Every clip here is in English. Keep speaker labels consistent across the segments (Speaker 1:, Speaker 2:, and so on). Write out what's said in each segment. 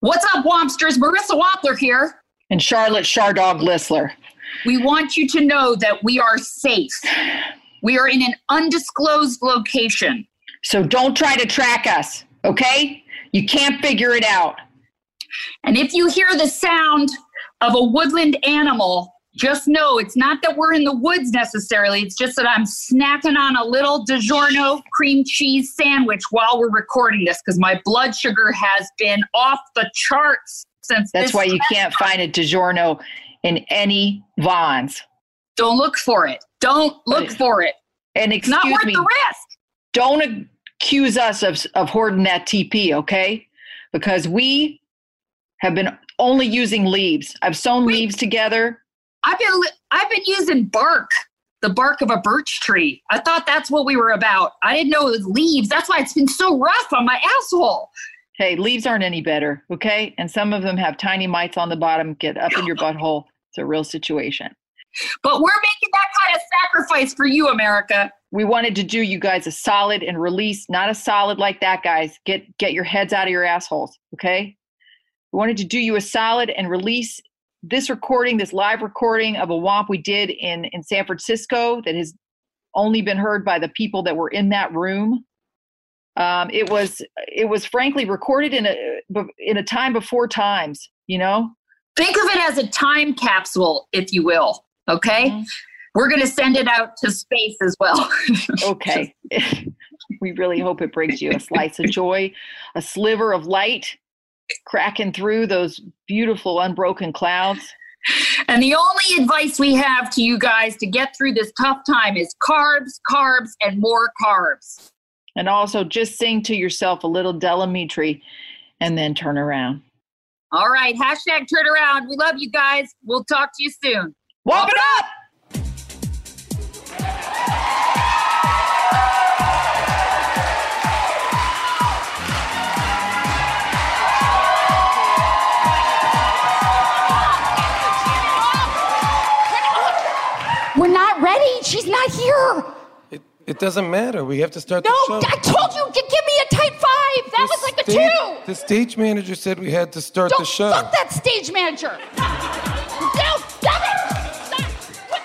Speaker 1: What's up, Wompsters? Marissa Wampler here.
Speaker 2: And Charlotte Shardog Listler.
Speaker 1: We want you to know that we are safe. We are in an undisclosed location.
Speaker 2: So don't try to track us, okay? You can't figure it out.
Speaker 1: And if you hear the sound of a woodland animal, just know it's not that we're in the woods necessarily. It's just that I'm snacking on a little DiGiorno cream cheese sandwich while we're recording this because my blood sugar has been off the charts since
Speaker 2: That's
Speaker 1: this
Speaker 2: why you can't find a DiGiorno in any Vons.
Speaker 1: Don't look for it. Don't look
Speaker 2: Right.
Speaker 1: for it.
Speaker 2: And
Speaker 1: It's not
Speaker 2: excuse
Speaker 1: worth
Speaker 2: me,
Speaker 1: the risk.
Speaker 2: don't accuse us of, of hoarding that TP, okay? Because we have been only using leaves. I've sewn leaves together.
Speaker 1: I've been li- I've been using bark, the bark of a birch tree. I thought that's what we were about. I didn't know it was leaves. That's why it's been so rough on my asshole.
Speaker 2: Hey, leaves aren't any better, okay? And some of them have tiny mites on the bottom. Get up in your butthole. It's a real situation.
Speaker 1: But we're making that kind of sacrifice for you, America.
Speaker 2: We wanted to do you guys a solid and release, not a solid like that, guys. Get get your heads out of your assholes, okay? We wanted to do you a solid and release this recording, this live recording of a womp we did in in San Francisco that has only been heard by the people that were in that room. Um, it was it was frankly recorded in a in a time before times, you know.
Speaker 1: Think of it as a time capsule, if you will. Okay?
Speaker 2: Mhm.
Speaker 1: We're going to send it out to space as well.
Speaker 2: okay. we really hope it brings you a slice of joy, a sliver of light cracking through those beautiful unbroken clouds.
Speaker 1: and the only advice we have to you guys to get through this tough time is carbs, carbs, and more carbs.
Speaker 2: And also just sing to yourself a little Delamitri and then turn around.
Speaker 1: All right. Hashtag turn around. We love you guys. We'll talk to you soon.
Speaker 2: Womp it up!
Speaker 3: We're not ready. She's not here.
Speaker 4: It, it doesn't matter. We have to start
Speaker 3: No,
Speaker 4: the show.
Speaker 3: I told you to give me a tight five. That was like a
Speaker 4: sta-
Speaker 3: two.
Speaker 4: The stage manager said we had to start
Speaker 3: Don't
Speaker 4: the show.
Speaker 3: fuck that stage manager. no, stop it. Stop. What?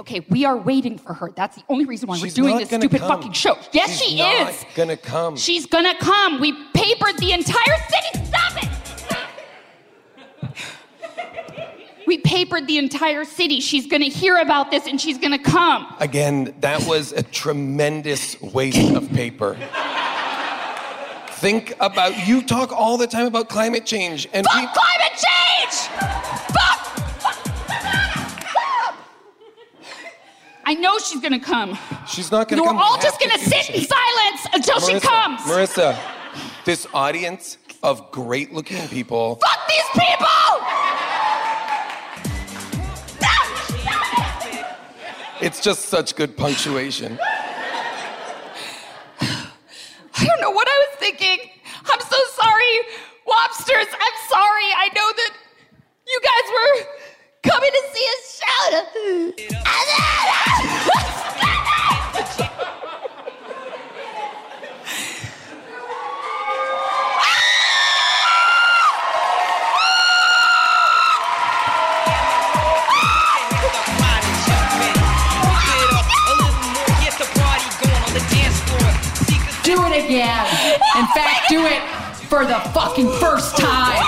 Speaker 3: Okay, we are waiting for her. That's the only reason why
Speaker 4: She's
Speaker 3: we're doing
Speaker 4: not
Speaker 3: this
Speaker 4: gonna
Speaker 3: stupid
Speaker 4: come.
Speaker 3: fucking show. Yes,
Speaker 4: She's
Speaker 3: she
Speaker 4: not
Speaker 3: is.
Speaker 4: gonna come.
Speaker 3: She's gonna come. We papered the entire city. Stop it. Stop. We papered the entire city. She's gonna hear about this and she's gonna come.
Speaker 4: Again, that was a tremendous waste of paper. Think about you talk all the time about climate change and
Speaker 3: Fuck
Speaker 4: we-
Speaker 3: climate change! Fuck! I know she's gonna come.
Speaker 4: she's not gonna
Speaker 3: We're
Speaker 4: come. We
Speaker 3: all
Speaker 4: have
Speaker 3: just
Speaker 4: to
Speaker 3: gonna
Speaker 4: do
Speaker 3: sit in
Speaker 4: this.
Speaker 3: silence until she
Speaker 4: Marissa,
Speaker 3: comes.
Speaker 4: Marissa, this audience of great-looking people.
Speaker 3: Fuck these people!
Speaker 4: It's just such good punctuation.
Speaker 3: I don't know what I was thinking. I'm so sorry, Wobsters. I'm sorry. I know that you guys were coming to see us shout.
Speaker 5: Do
Speaker 6: Do it again. In fact, do it for the fucking first time.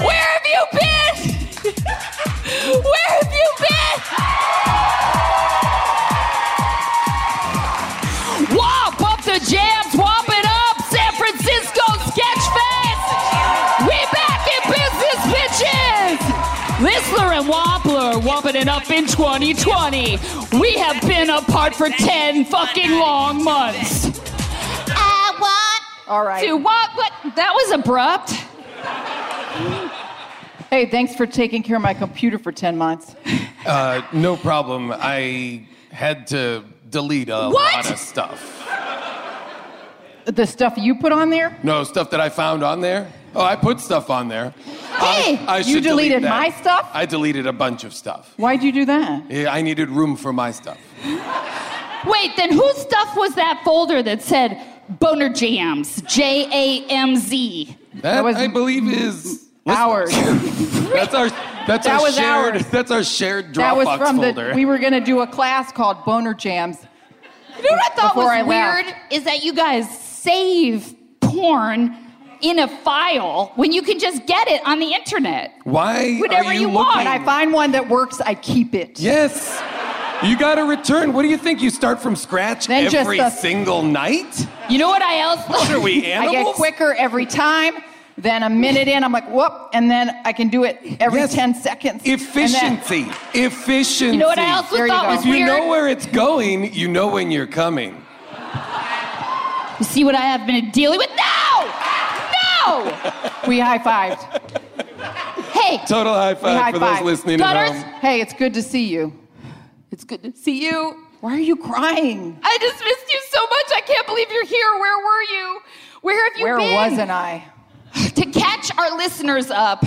Speaker 3: Where have you been? Where have you been? Womp up the jams, womp it up, San Francisco Sketch Fest. We back in business, bitches. Listler and Wampler womping it up in 2020. We have been apart for 10 fucking long months. I want
Speaker 7: All right.
Speaker 3: to what? What? That was abrupt.
Speaker 7: Hey, thanks for taking care of my computer for 10 months.
Speaker 4: Uh, no problem. I had to delete a
Speaker 3: What?
Speaker 4: lot of stuff.
Speaker 7: The stuff you put on there?
Speaker 4: No, stuff that I found on there. Oh, I put stuff on there.
Speaker 7: Hey, you
Speaker 4: should delete
Speaker 7: deleted
Speaker 4: that.
Speaker 7: my stuff?
Speaker 4: I deleted a bunch of stuff.
Speaker 7: Why'd you do that?
Speaker 4: Yeah, I needed room for my stuff.
Speaker 3: Wait, then whose stuff was that folder that said Boner Jams, J A M Z.
Speaker 4: That,
Speaker 2: was
Speaker 4: I believe is
Speaker 2: ours.
Speaker 4: that's our
Speaker 2: That
Speaker 4: that's our
Speaker 2: was
Speaker 4: shared
Speaker 2: ours.
Speaker 4: that's our shared
Speaker 2: that was
Speaker 4: Dropbox
Speaker 2: from
Speaker 4: folder.
Speaker 2: the. We were gonna do a class called Boner Jams.
Speaker 3: You know what I thought
Speaker 2: Before
Speaker 3: was
Speaker 2: I
Speaker 3: weird
Speaker 2: left.
Speaker 3: is that you guys save porn in a file when you can just get it on the internet.
Speaker 4: Why
Speaker 3: Whatever
Speaker 4: are you,
Speaker 3: you
Speaker 4: looking?
Speaker 3: want.
Speaker 2: When I find one that works, I keep it.
Speaker 4: yes. You got to return. What do you think? You start from scratch
Speaker 2: Then just
Speaker 4: every
Speaker 2: the-
Speaker 4: single night?
Speaker 3: You know what I else?
Speaker 4: What are we
Speaker 2: I
Speaker 4: animals?
Speaker 2: get quicker every time. Then a minute in, I'm like, whoop, and then I can do it every
Speaker 4: Yes.
Speaker 2: 10 seconds. And then-
Speaker 4: Efficiency. Efficiency.
Speaker 3: You know what I also
Speaker 2: There you
Speaker 3: thought
Speaker 2: go.
Speaker 3: was
Speaker 4: If you
Speaker 3: weird?
Speaker 4: know where it's going, you know when you're coming.
Speaker 3: You see what I have been dealing with? No! No!
Speaker 2: we high fived.
Speaker 3: Hey,
Speaker 4: Total high five
Speaker 2: high
Speaker 4: for
Speaker 2: five.
Speaker 4: those listening
Speaker 3: Gutters?
Speaker 4: at home.
Speaker 2: Hey, it's good to see you.
Speaker 3: it's good to see you.
Speaker 2: Why are you crying?
Speaker 3: I just missed you so much. I can't believe you're here. Where were you? Where have you
Speaker 2: Where
Speaker 3: been?
Speaker 2: wasn't I?
Speaker 3: To catch our listeners up,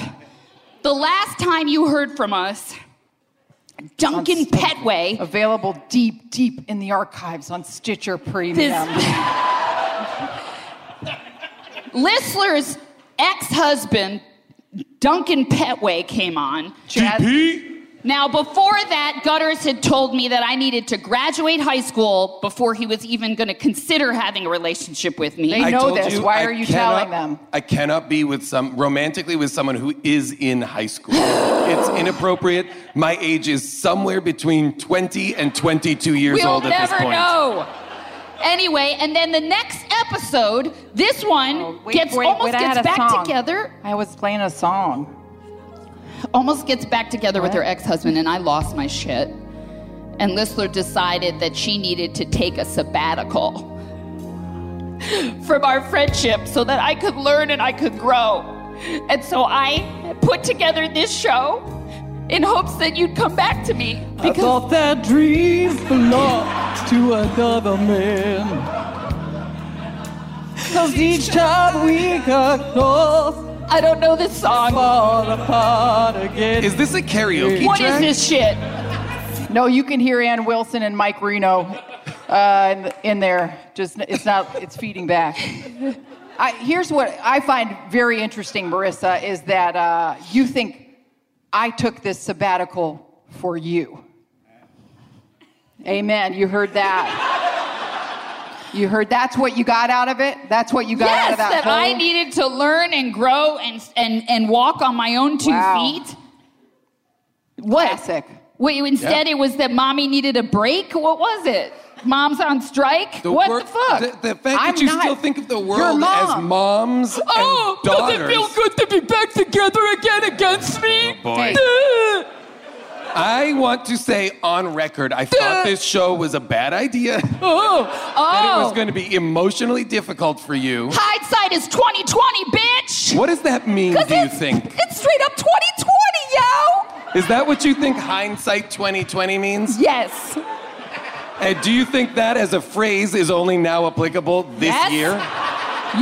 Speaker 3: the last time you heard from us, Duncan
Speaker 2: Unstoppable.
Speaker 3: Petway.
Speaker 2: Available deep, deep in the archives on Stitcher Premium.
Speaker 3: Listler's ex-husband, Duncan Petway, came on.
Speaker 4: DP?
Speaker 3: Now, before that, Gutters had told me that I needed to graduate high school before he was even going to consider having a relationship with me.
Speaker 2: They-
Speaker 4: I
Speaker 2: know
Speaker 4: told
Speaker 2: this.
Speaker 4: you
Speaker 2: Why
Speaker 4: I
Speaker 2: are you
Speaker 4: cannot-
Speaker 2: telling them?
Speaker 4: I cannot be with some romantically with someone who is in high school. it's inappropriate. My age is somewhere between 20 and 22 years
Speaker 3: we'll
Speaker 4: old at this
Speaker 3: never
Speaker 4: point.
Speaker 3: know. Anyway, and then the next episode, this one gets
Speaker 2: Oh, wait,
Speaker 3: almost
Speaker 2: wait, I had
Speaker 3: gets
Speaker 2: a
Speaker 3: back
Speaker 2: song.
Speaker 3: together.
Speaker 2: I was playing a song.
Speaker 3: Almost gets back together with her ex-husband, and I lost my shit. And Listler decided that she needed to take a sabbatical from our friendship so that I could learn and I could grow. And so I put together this show in hopes that you'd come back to me because
Speaker 8: that dreams belong to another man. Cause each time we got close,
Speaker 3: I don't know this song.
Speaker 8: fall apart again.
Speaker 4: Is this a karaoke
Speaker 3: What is
Speaker 4: track?
Speaker 3: this shit?
Speaker 2: No, you can hear Ann Wilson and Mike Reno uh, in, in there. Just it's not. It's feeding back. I, here's what I find very interesting, Marissa, is that uh, you think I took this sabbatical for you. Amen. You heard that. You heard that's what you got out of it. That's what you got out
Speaker 3: Yes,
Speaker 2: of that.
Speaker 3: that I
Speaker 2: whole-
Speaker 3: needed to learn and grow and and and walk on my own two
Speaker 2: Wow.
Speaker 3: feet. What?
Speaker 2: Classic.
Speaker 3: Wait, instead
Speaker 4: Yeah.
Speaker 3: it was that mommy needed a break. What was it? Mom's on strike. what
Speaker 4: wor-
Speaker 3: the fuck?
Speaker 4: The, the fact
Speaker 2: I'm
Speaker 4: that you
Speaker 2: not-
Speaker 4: still think of the
Speaker 2: Your
Speaker 4: world as
Speaker 2: mom.
Speaker 4: moms
Speaker 3: oh,
Speaker 4: and daughters. Oh,
Speaker 3: does it feel good to be back together again against me?
Speaker 4: boy.
Speaker 3: Duh.
Speaker 4: I want to say on record, I thought this show was a bad idea. That
Speaker 3: oh,
Speaker 4: it was
Speaker 3: oh.
Speaker 4: going to be emotionally difficult for you.
Speaker 3: Hindsight is twenty twenty, bitch.
Speaker 4: What does that mean,
Speaker 3: 'Cause
Speaker 4: do you
Speaker 3: it's-
Speaker 4: think?
Speaker 3: It's straight up twenty twenty, yo.
Speaker 4: Is that what you think hindsight 2020 means?
Speaker 3: Yes.
Speaker 4: And do you think that as a phrase is only now applicable this
Speaker 3: Yes.
Speaker 4: year?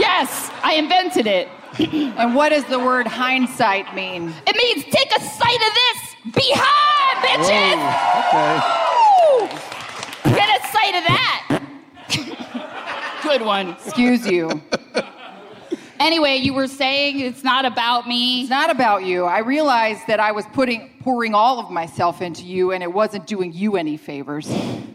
Speaker 3: Yes, I invented it.
Speaker 2: And what does the word hindsight mean?
Speaker 3: It means take a sight of this. Be high, bitches. Woo! Get a sight of that. Good one.
Speaker 2: Excuse you.
Speaker 3: Anyway, you were saying it's not about me.
Speaker 2: It's not about you. I realized that I was putting pouring all of myself into you, and it wasn't doing you any favors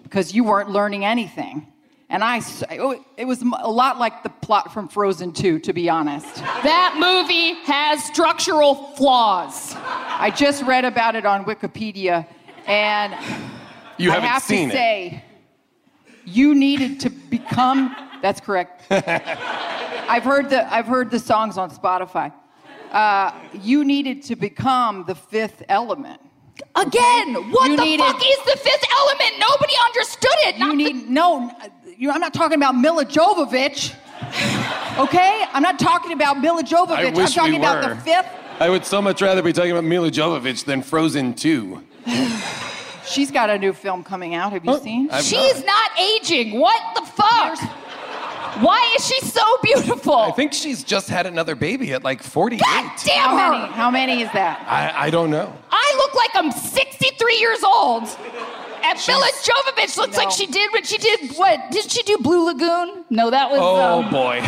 Speaker 2: because you weren't learning anything. And I, s- oh, it was m- a lot like the plot from Frozen 2, to be honest.
Speaker 3: That movie has structural flaws.
Speaker 2: I just read about it on Wikipedia, and
Speaker 4: You
Speaker 2: I
Speaker 4: haven't
Speaker 2: have
Speaker 4: seen
Speaker 2: to
Speaker 4: it.
Speaker 2: say, you needed to become. That's correct. I've heard the I've heard the songs on Spotify. Uh, you needed to become the fifth element.
Speaker 3: Again, what
Speaker 2: You
Speaker 3: the
Speaker 2: needed-
Speaker 3: fuck is the fifth element? Nobody understood it.
Speaker 2: You
Speaker 3: Not the-
Speaker 2: need no. You, I'm not talking about Mila Jovovich. Okay, I'm not talking about Mila Jovovich.
Speaker 4: I wish
Speaker 2: am talking
Speaker 4: we
Speaker 2: about
Speaker 4: were.
Speaker 2: the fifth.
Speaker 4: I would so much rather be talking about Mila Jovovich than Frozen 2.
Speaker 2: She's got a new film coming out. Have you
Speaker 4: Huh?
Speaker 2: seen?
Speaker 4: I've
Speaker 3: She's not aging. What the fuck? Why is she so beautiful?
Speaker 4: I think she's just had another baby at like 48.
Speaker 3: God damn
Speaker 2: how
Speaker 3: her!
Speaker 2: many? How many is that?
Speaker 4: I, I don't know.
Speaker 3: I look like I'm 63 years old. And Mila Jovovich looks like
Speaker 2: No.
Speaker 3: she did when she did what? Did she do Blue Lagoon? No, that was.
Speaker 4: Oh
Speaker 3: um,
Speaker 4: boy.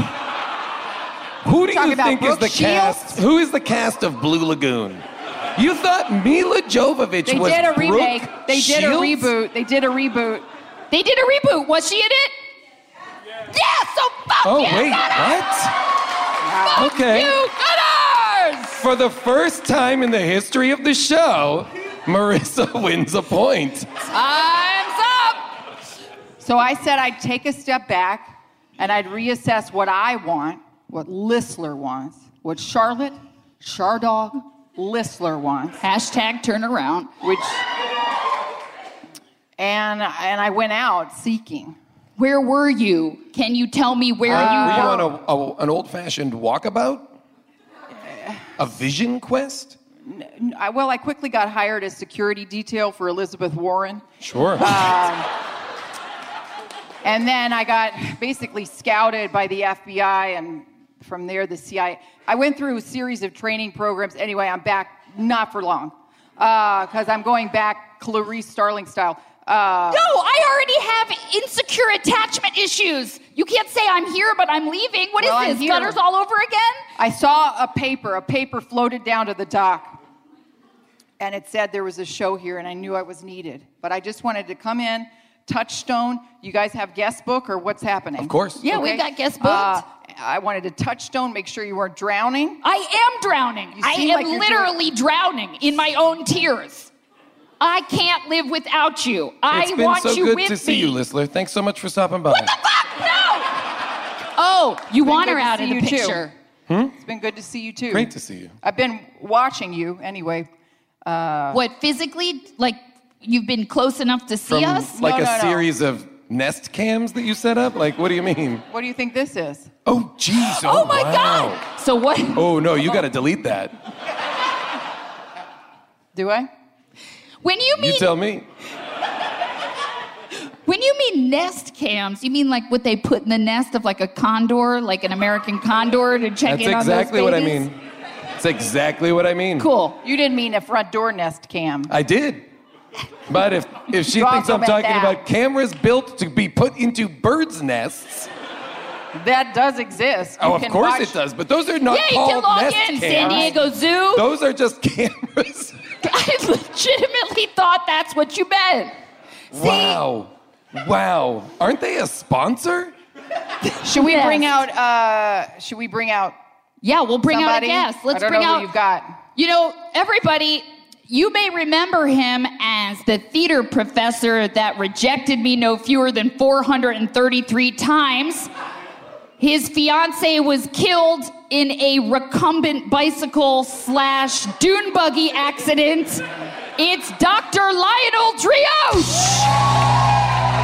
Speaker 4: Who do
Speaker 2: Talk
Speaker 4: you
Speaker 2: about
Speaker 4: think is
Speaker 2: Brooke
Speaker 4: the
Speaker 2: Shields?
Speaker 4: cast? Who is the cast of Blue Lagoon? You thought Mila Jovovich
Speaker 2: They
Speaker 4: was
Speaker 2: did a
Speaker 4: Brooke
Speaker 2: remake. They did
Speaker 4: Shields?
Speaker 2: a reboot. They did a reboot.
Speaker 3: They did a reboot. Was she in it? Yeah. so fuck
Speaker 4: Oh
Speaker 3: you,
Speaker 4: wait, what? Okay.
Speaker 3: You gunners!
Speaker 4: For the first time in the history of the show, Marissa wins a point.
Speaker 3: Time's up.
Speaker 2: So I said I'd take a step back and I'd reassess what I want, what Listler wants, what Charlotte, Shardog, Listler wants,
Speaker 3: Hashtag turnaround.
Speaker 2: which and and I went out seeking.
Speaker 3: Where were you? Can you tell me where
Speaker 4: Were
Speaker 3: you
Speaker 4: you
Speaker 2: uh,
Speaker 3: were?
Speaker 4: on a, a- an old-fashioned walkabout? A vision quest?
Speaker 2: I, well, I quickly got hired as security detail for Elizabeth Warren.
Speaker 4: Sure.
Speaker 2: Uh, And then I got basically scouted by the FBI and from there the CIA. I went through a series of training programs. Anyway, I'm back, not for long, because I'm going back Clarice Starling style. Uh,
Speaker 3: No, I already have insecure attachment issues. You can't say I'm here, but I'm leaving. What is
Speaker 2: Well, I'm
Speaker 3: this?
Speaker 2: here.
Speaker 3: Gutters all over again?
Speaker 2: I saw a paper. A paper floated down to the dock. And it said there was a show here, and I knew I was needed. But I just wanted to come in, touchstone. You guys have guest book or what's happening?
Speaker 4: Of course.
Speaker 3: Yeah,
Speaker 2: Okay.
Speaker 3: we got guest booked.
Speaker 2: Uh, I wanted to touchstone, make sure you weren't drowning.
Speaker 3: I am drowning.
Speaker 2: You
Speaker 3: I
Speaker 2: seem
Speaker 3: am
Speaker 2: like you're
Speaker 3: literally drowning in my own tears. I can't live without you. I
Speaker 4: it's been
Speaker 3: want
Speaker 4: so
Speaker 3: you
Speaker 4: good
Speaker 3: with
Speaker 4: to see
Speaker 3: me.
Speaker 4: you, Listler. Thanks so much for stopping by.
Speaker 3: What the fuck? No. Oh, you want
Speaker 2: good
Speaker 3: her
Speaker 2: to
Speaker 3: out
Speaker 2: see
Speaker 3: of the
Speaker 2: you too.
Speaker 3: picture.
Speaker 2: It's been good to see you too.
Speaker 4: Great to see you.
Speaker 2: I've been watching you anyway. Uh.
Speaker 3: What physically? Like you've been close enough to see
Speaker 4: From
Speaker 3: us?
Speaker 4: like
Speaker 2: No,
Speaker 4: a
Speaker 2: no, no.
Speaker 4: series of nest cams that you set up? Like, what do you mean?
Speaker 2: What do you think this is?
Speaker 4: Oh, jeez.
Speaker 3: oh my
Speaker 4: wow.
Speaker 3: god. So what?
Speaker 4: Oh, no, you got to delete that.
Speaker 2: Do I?
Speaker 3: When you mean
Speaker 4: You tell me.
Speaker 3: When you mean nest cams, you mean like what they put in the nest of like a condor, like an American condor to check
Speaker 4: That's
Speaker 3: in on those
Speaker 4: exactly what I
Speaker 3: babies?
Speaker 4: mean. That's exactly what I mean.
Speaker 3: Cool.
Speaker 2: You didn't mean a front door nest cam.
Speaker 4: I did. But if, if she
Speaker 2: You
Speaker 4: thinks
Speaker 2: also
Speaker 4: I'm
Speaker 2: meant
Speaker 4: talking
Speaker 2: that.
Speaker 4: about cameras built to be put into birds' nests,
Speaker 2: That does exist. You
Speaker 4: oh, of
Speaker 2: can
Speaker 4: course
Speaker 2: watch-
Speaker 4: it does, but those are not
Speaker 3: yeah, you
Speaker 4: called
Speaker 3: can log
Speaker 4: nest
Speaker 3: in.
Speaker 4: cams.
Speaker 3: San Diego Zoo.
Speaker 4: Those are just cameras.
Speaker 3: I legitimately thought that's what you meant. See?
Speaker 4: Wow. Wow. Aren't they a sponsor?
Speaker 2: Should we
Speaker 3: Nest.
Speaker 2: bring out? Uh, should we bring out
Speaker 3: Yeah, we'll bring
Speaker 2: somebody?
Speaker 3: out a guest. Let's
Speaker 2: I don't
Speaker 3: bring
Speaker 2: know
Speaker 3: out
Speaker 2: Who you've got.
Speaker 3: You know, everybody, you may remember him as the theater professor that rejected me no fewer than 433 times. His fiance was killed in a recumbent bicycle slash dune buggy accident. It's Dr. Lionel Trioche.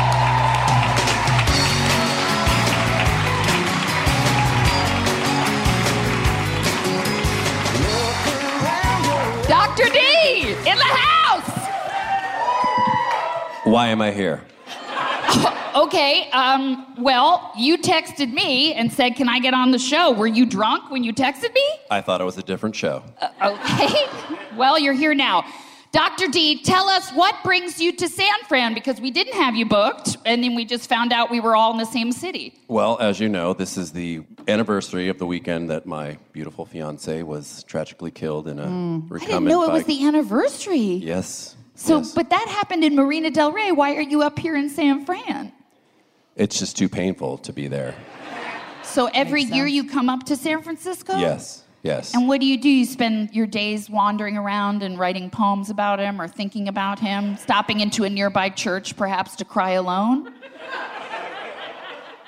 Speaker 3: Dr. D in the house.
Speaker 9: Why am I here?
Speaker 3: Okay, um, well, you texted me and said, Can I get on the show? Were you drunk when you texted me?
Speaker 9: I thought it was a different show.
Speaker 3: Okay. Well, you're here now. Dr. D, tell us what brings you to San Fran because we didn't have you booked, and then we just found out we were all in the same city.
Speaker 9: Well, as you know, this is the anniversary of the weekend that my beautiful fiance was tragically killed in a
Speaker 3: Mm. I
Speaker 9: recumbent
Speaker 3: didn't know it was
Speaker 9: bike.
Speaker 3: the anniversary.
Speaker 9: Yes.
Speaker 3: So,
Speaker 9: yes.
Speaker 3: but that happened in Marina Del Rey. Why are you up here in San Fran?
Speaker 9: it's just too painful to be there.
Speaker 3: So every year you come up to San Francisco?
Speaker 9: Yes. Yes.
Speaker 3: Oh. And what do you do? You spend your days wandering around and writing poems about him or thinking about him, stopping into a nearby church perhaps to cry alone?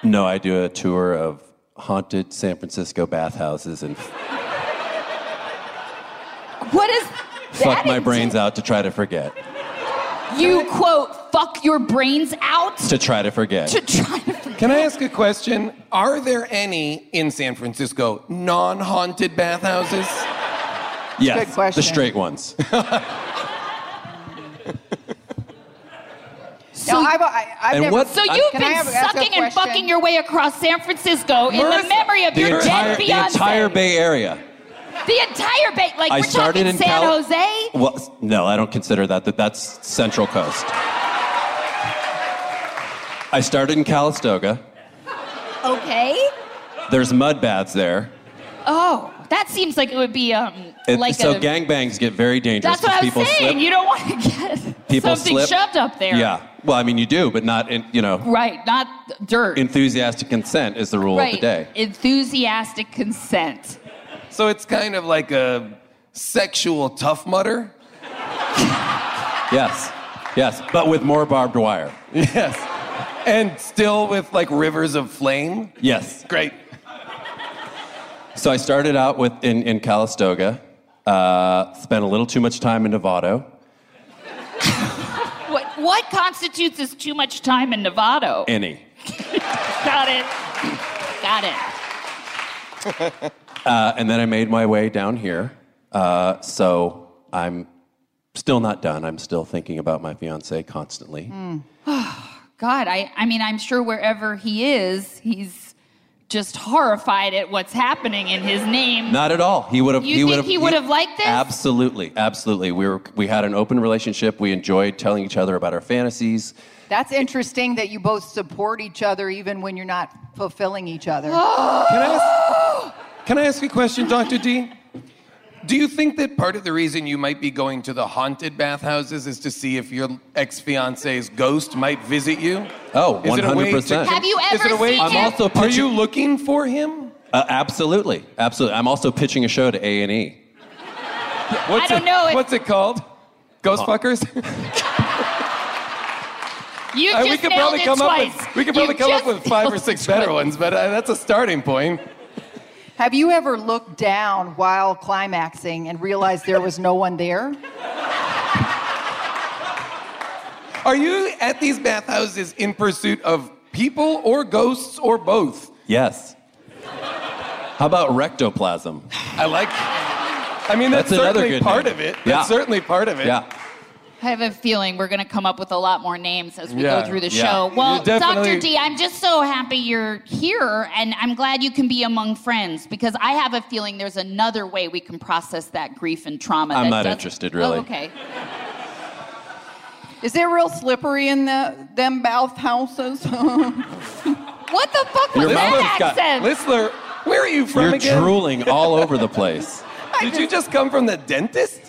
Speaker 9: No, I do a tour of haunted San Francisco bathhouses and
Speaker 3: What is
Speaker 9: fuck
Speaker 3: that
Speaker 9: my
Speaker 3: entail?
Speaker 9: brains out to try to forget.
Speaker 3: You quote, fuck your brains out
Speaker 9: To try to forget.
Speaker 3: to try to forget.
Speaker 4: Can I ask a question? Are there any in San Francisco non haunted bathhouses?
Speaker 9: yes.
Speaker 2: Good question.
Speaker 9: The straight ones.
Speaker 2: No, I've, I, I've
Speaker 9: And
Speaker 2: never,
Speaker 9: what-
Speaker 3: So you've
Speaker 2: Can I
Speaker 3: been
Speaker 2: have- ask a
Speaker 3: sucking and
Speaker 2: question?
Speaker 3: fucking your way across San Francisco in the
Speaker 4: Marissa,
Speaker 3: memory of
Speaker 9: the
Speaker 3: your
Speaker 9: entire,
Speaker 3: dead
Speaker 9: the
Speaker 3: fiance.
Speaker 9: entire Bay Area.
Speaker 3: The entire Bay. Like
Speaker 9: I
Speaker 3: we're
Speaker 9: started
Speaker 3: talking
Speaker 9: in
Speaker 3: San
Speaker 9: Cal-
Speaker 3: Jose.
Speaker 9: Well, s- no, I don't consider that. That that's Central Coast.
Speaker 10: I started in Calistoga.
Speaker 3: Okay.
Speaker 10: There's mud baths there.
Speaker 3: Oh, that seems like it would be um
Speaker 10: It-
Speaker 3: like
Speaker 10: so
Speaker 3: a.
Speaker 10: gangbangs get very dangerous
Speaker 3: that's what
Speaker 10: because
Speaker 3: I was
Speaker 10: people
Speaker 3: saying.
Speaker 10: slip.
Speaker 3: You don't want to get
Speaker 10: people
Speaker 3: something
Speaker 10: slip.
Speaker 3: shoved up there.
Speaker 10: Yeah. Well, I mean, you do, but not in, you know,
Speaker 3: Right. Not dirt.
Speaker 10: enthusiastic consent is the rule
Speaker 3: right.
Speaker 10: of the day.
Speaker 3: Enthusiastic consent.
Speaker 4: So it's kind of like a sexual tough mutter.
Speaker 10: Yes. Yes, but with more barbed wire.
Speaker 4: Yes. And still with like rivers of flame.
Speaker 10: Yes.
Speaker 4: Great.
Speaker 10: So I started out with in, in Calistoga, uh, spent a little too much time in Novato,
Speaker 3: What what constitutes as too much time in Novato?
Speaker 10: any.
Speaker 3: Got it. Got it.
Speaker 10: Uh, and then I made my way down here. Uh, so I'm still not done. I'm still thinking about my fiance constantly.
Speaker 3: Hmm. God, I, I mean, I'm sure wherever he is, he's just horrified at what's happening in his name.
Speaker 10: Not at all. He would have.
Speaker 3: You
Speaker 10: he
Speaker 3: think
Speaker 10: would have,
Speaker 3: he would have liked this?
Speaker 10: Absolutely, absolutely. We were. We had an open relationship. We enjoyed telling each other about our fantasies.
Speaker 2: That's interesting that you both support each other even when you're not fulfilling each other.
Speaker 4: Can I ask, can I ask a question, Dr. D? Do you think that part of the reason you might be going to the haunted bathhouses is to see if your ex fiance's ghost might visit you?
Speaker 10: Oh,
Speaker 4: Is it a way to-
Speaker 10: 100%.
Speaker 3: Have you
Speaker 4: Is it a
Speaker 3: ever
Speaker 4: way-
Speaker 3: seen
Speaker 10: I'm
Speaker 3: him?
Speaker 10: also
Speaker 4: Are
Speaker 10: pitching-
Speaker 4: you looking for him?
Speaker 10: Uh, absolutely, absolutely. I'm also pitching a show to A and E.
Speaker 4: What's
Speaker 3: don't
Speaker 4: it,
Speaker 3: know if-
Speaker 4: What's it called?
Speaker 10: Oh.
Speaker 4: Ghost fuckers?
Speaker 3: You
Speaker 4: Uh,
Speaker 3: just
Speaker 4: we could
Speaker 3: nailed
Speaker 4: probably
Speaker 3: it
Speaker 4: come
Speaker 3: twice.
Speaker 4: up with we could
Speaker 3: You
Speaker 4: probably come up
Speaker 3: just
Speaker 4: with five or
Speaker 3: nailed
Speaker 4: six
Speaker 3: it
Speaker 4: better
Speaker 3: twice.
Speaker 4: ones, but uh, that's a starting point.
Speaker 2: Have you ever looked down while climaxing and realized there was no one there?
Speaker 4: Are you at these bathhouses in pursuit of people or ghosts or both?
Speaker 10: Yes. How about rectoplasm?
Speaker 4: I like. I mean, that's,
Speaker 10: That's another
Speaker 4: certainly
Speaker 10: good
Speaker 4: part
Speaker 10: name.
Speaker 4: of it.
Speaker 10: Yeah.
Speaker 4: That's certainly part of it.
Speaker 10: Yeah.
Speaker 3: I have a feeling we're going to come up with a lot more names as we
Speaker 4: Yeah,
Speaker 3: go through the
Speaker 10: yeah.
Speaker 3: show. Well,
Speaker 4: definitely-
Speaker 3: Dr. D, I'm just so happy you're here, and I'm glad you can be among friends because I have a feeling there's another way we can process that grief and trauma.
Speaker 10: I'm
Speaker 3: that
Speaker 10: not
Speaker 3: doesn't-
Speaker 10: interested, really.
Speaker 3: Oh, okay.
Speaker 2: Is there real slippery in the them bathhouses?
Speaker 3: What the fuck was
Speaker 10: Your
Speaker 3: that
Speaker 10: mouth's got-
Speaker 3: accent?
Speaker 4: Listler, where are you from
Speaker 10: You're
Speaker 4: again?
Speaker 10: drooling all over the place.
Speaker 4: Did you just come from the dentist?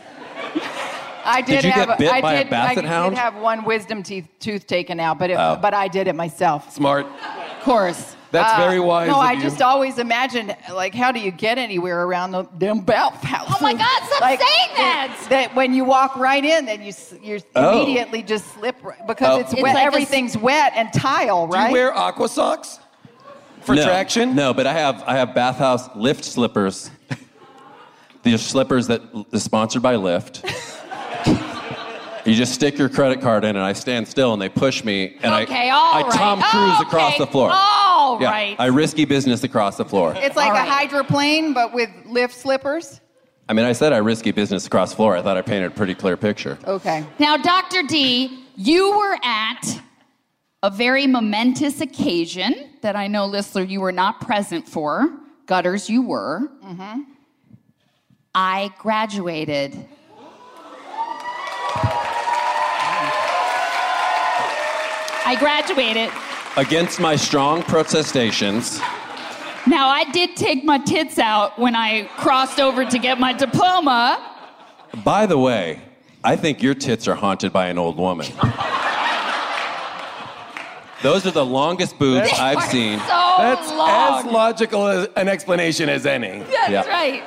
Speaker 2: I did,
Speaker 10: Did you
Speaker 2: have
Speaker 10: get bit
Speaker 2: I
Speaker 10: by a
Speaker 2: did, I
Speaker 10: basset
Speaker 2: did
Speaker 10: hound?
Speaker 2: have one wisdom teeth, tooth taken out, but it,
Speaker 10: Oh.
Speaker 2: but I did it myself.
Speaker 4: Smart.
Speaker 2: Of course.
Speaker 4: That's very wise
Speaker 2: Uh, No,
Speaker 4: of
Speaker 2: I
Speaker 4: you.
Speaker 2: just always imagined like how do you get anywhere around the them bathhouses?
Speaker 3: Oh my God, stop saying that.
Speaker 2: That when you walk right in, then you s- you
Speaker 10: Oh.
Speaker 2: immediately just slip right, because
Speaker 10: Oh.
Speaker 2: it's,
Speaker 10: It's
Speaker 2: wet.
Speaker 3: like a s-
Speaker 2: everything's wet and tile,
Speaker 4: Do
Speaker 2: right?
Speaker 4: you wear aqua socks for
Speaker 10: no,
Speaker 4: traction?
Speaker 10: No, but I have I have bathhouse lift slippers. These slippers that l- is sponsored by Lyft. you just stick your credit card in, and I stand still, and they push me, and
Speaker 3: Okay,
Speaker 10: I
Speaker 3: all
Speaker 10: I
Speaker 3: right. Oh,
Speaker 10: Tom Cruise
Speaker 3: Okay, Oh,
Speaker 10: across the floor.
Speaker 3: all right.
Speaker 10: I risky business across the floor.
Speaker 2: it's like
Speaker 3: All
Speaker 2: a
Speaker 3: right.
Speaker 2: hydroplane, but with lift slippers.
Speaker 10: I mean, I said I risky business across the floor. I thought I painted a pretty clear picture.
Speaker 2: Okay.
Speaker 3: Now, Dr. D, you were at a very momentous occasion that I know, Listler, you were not present for. Gutters, you were. Mm-hmm. I graduated. I graduated.
Speaker 10: Against my strong protestations,
Speaker 3: Now, I did take my tits out when I crossed over to get my diploma.
Speaker 10: by the way, I think your tits are haunted by an old woman. Those are the longest boobs I've seen.
Speaker 3: So
Speaker 4: That's
Speaker 3: long.
Speaker 4: as logical as an explanation as any.
Speaker 3: That's
Speaker 10: Yeah.
Speaker 3: right.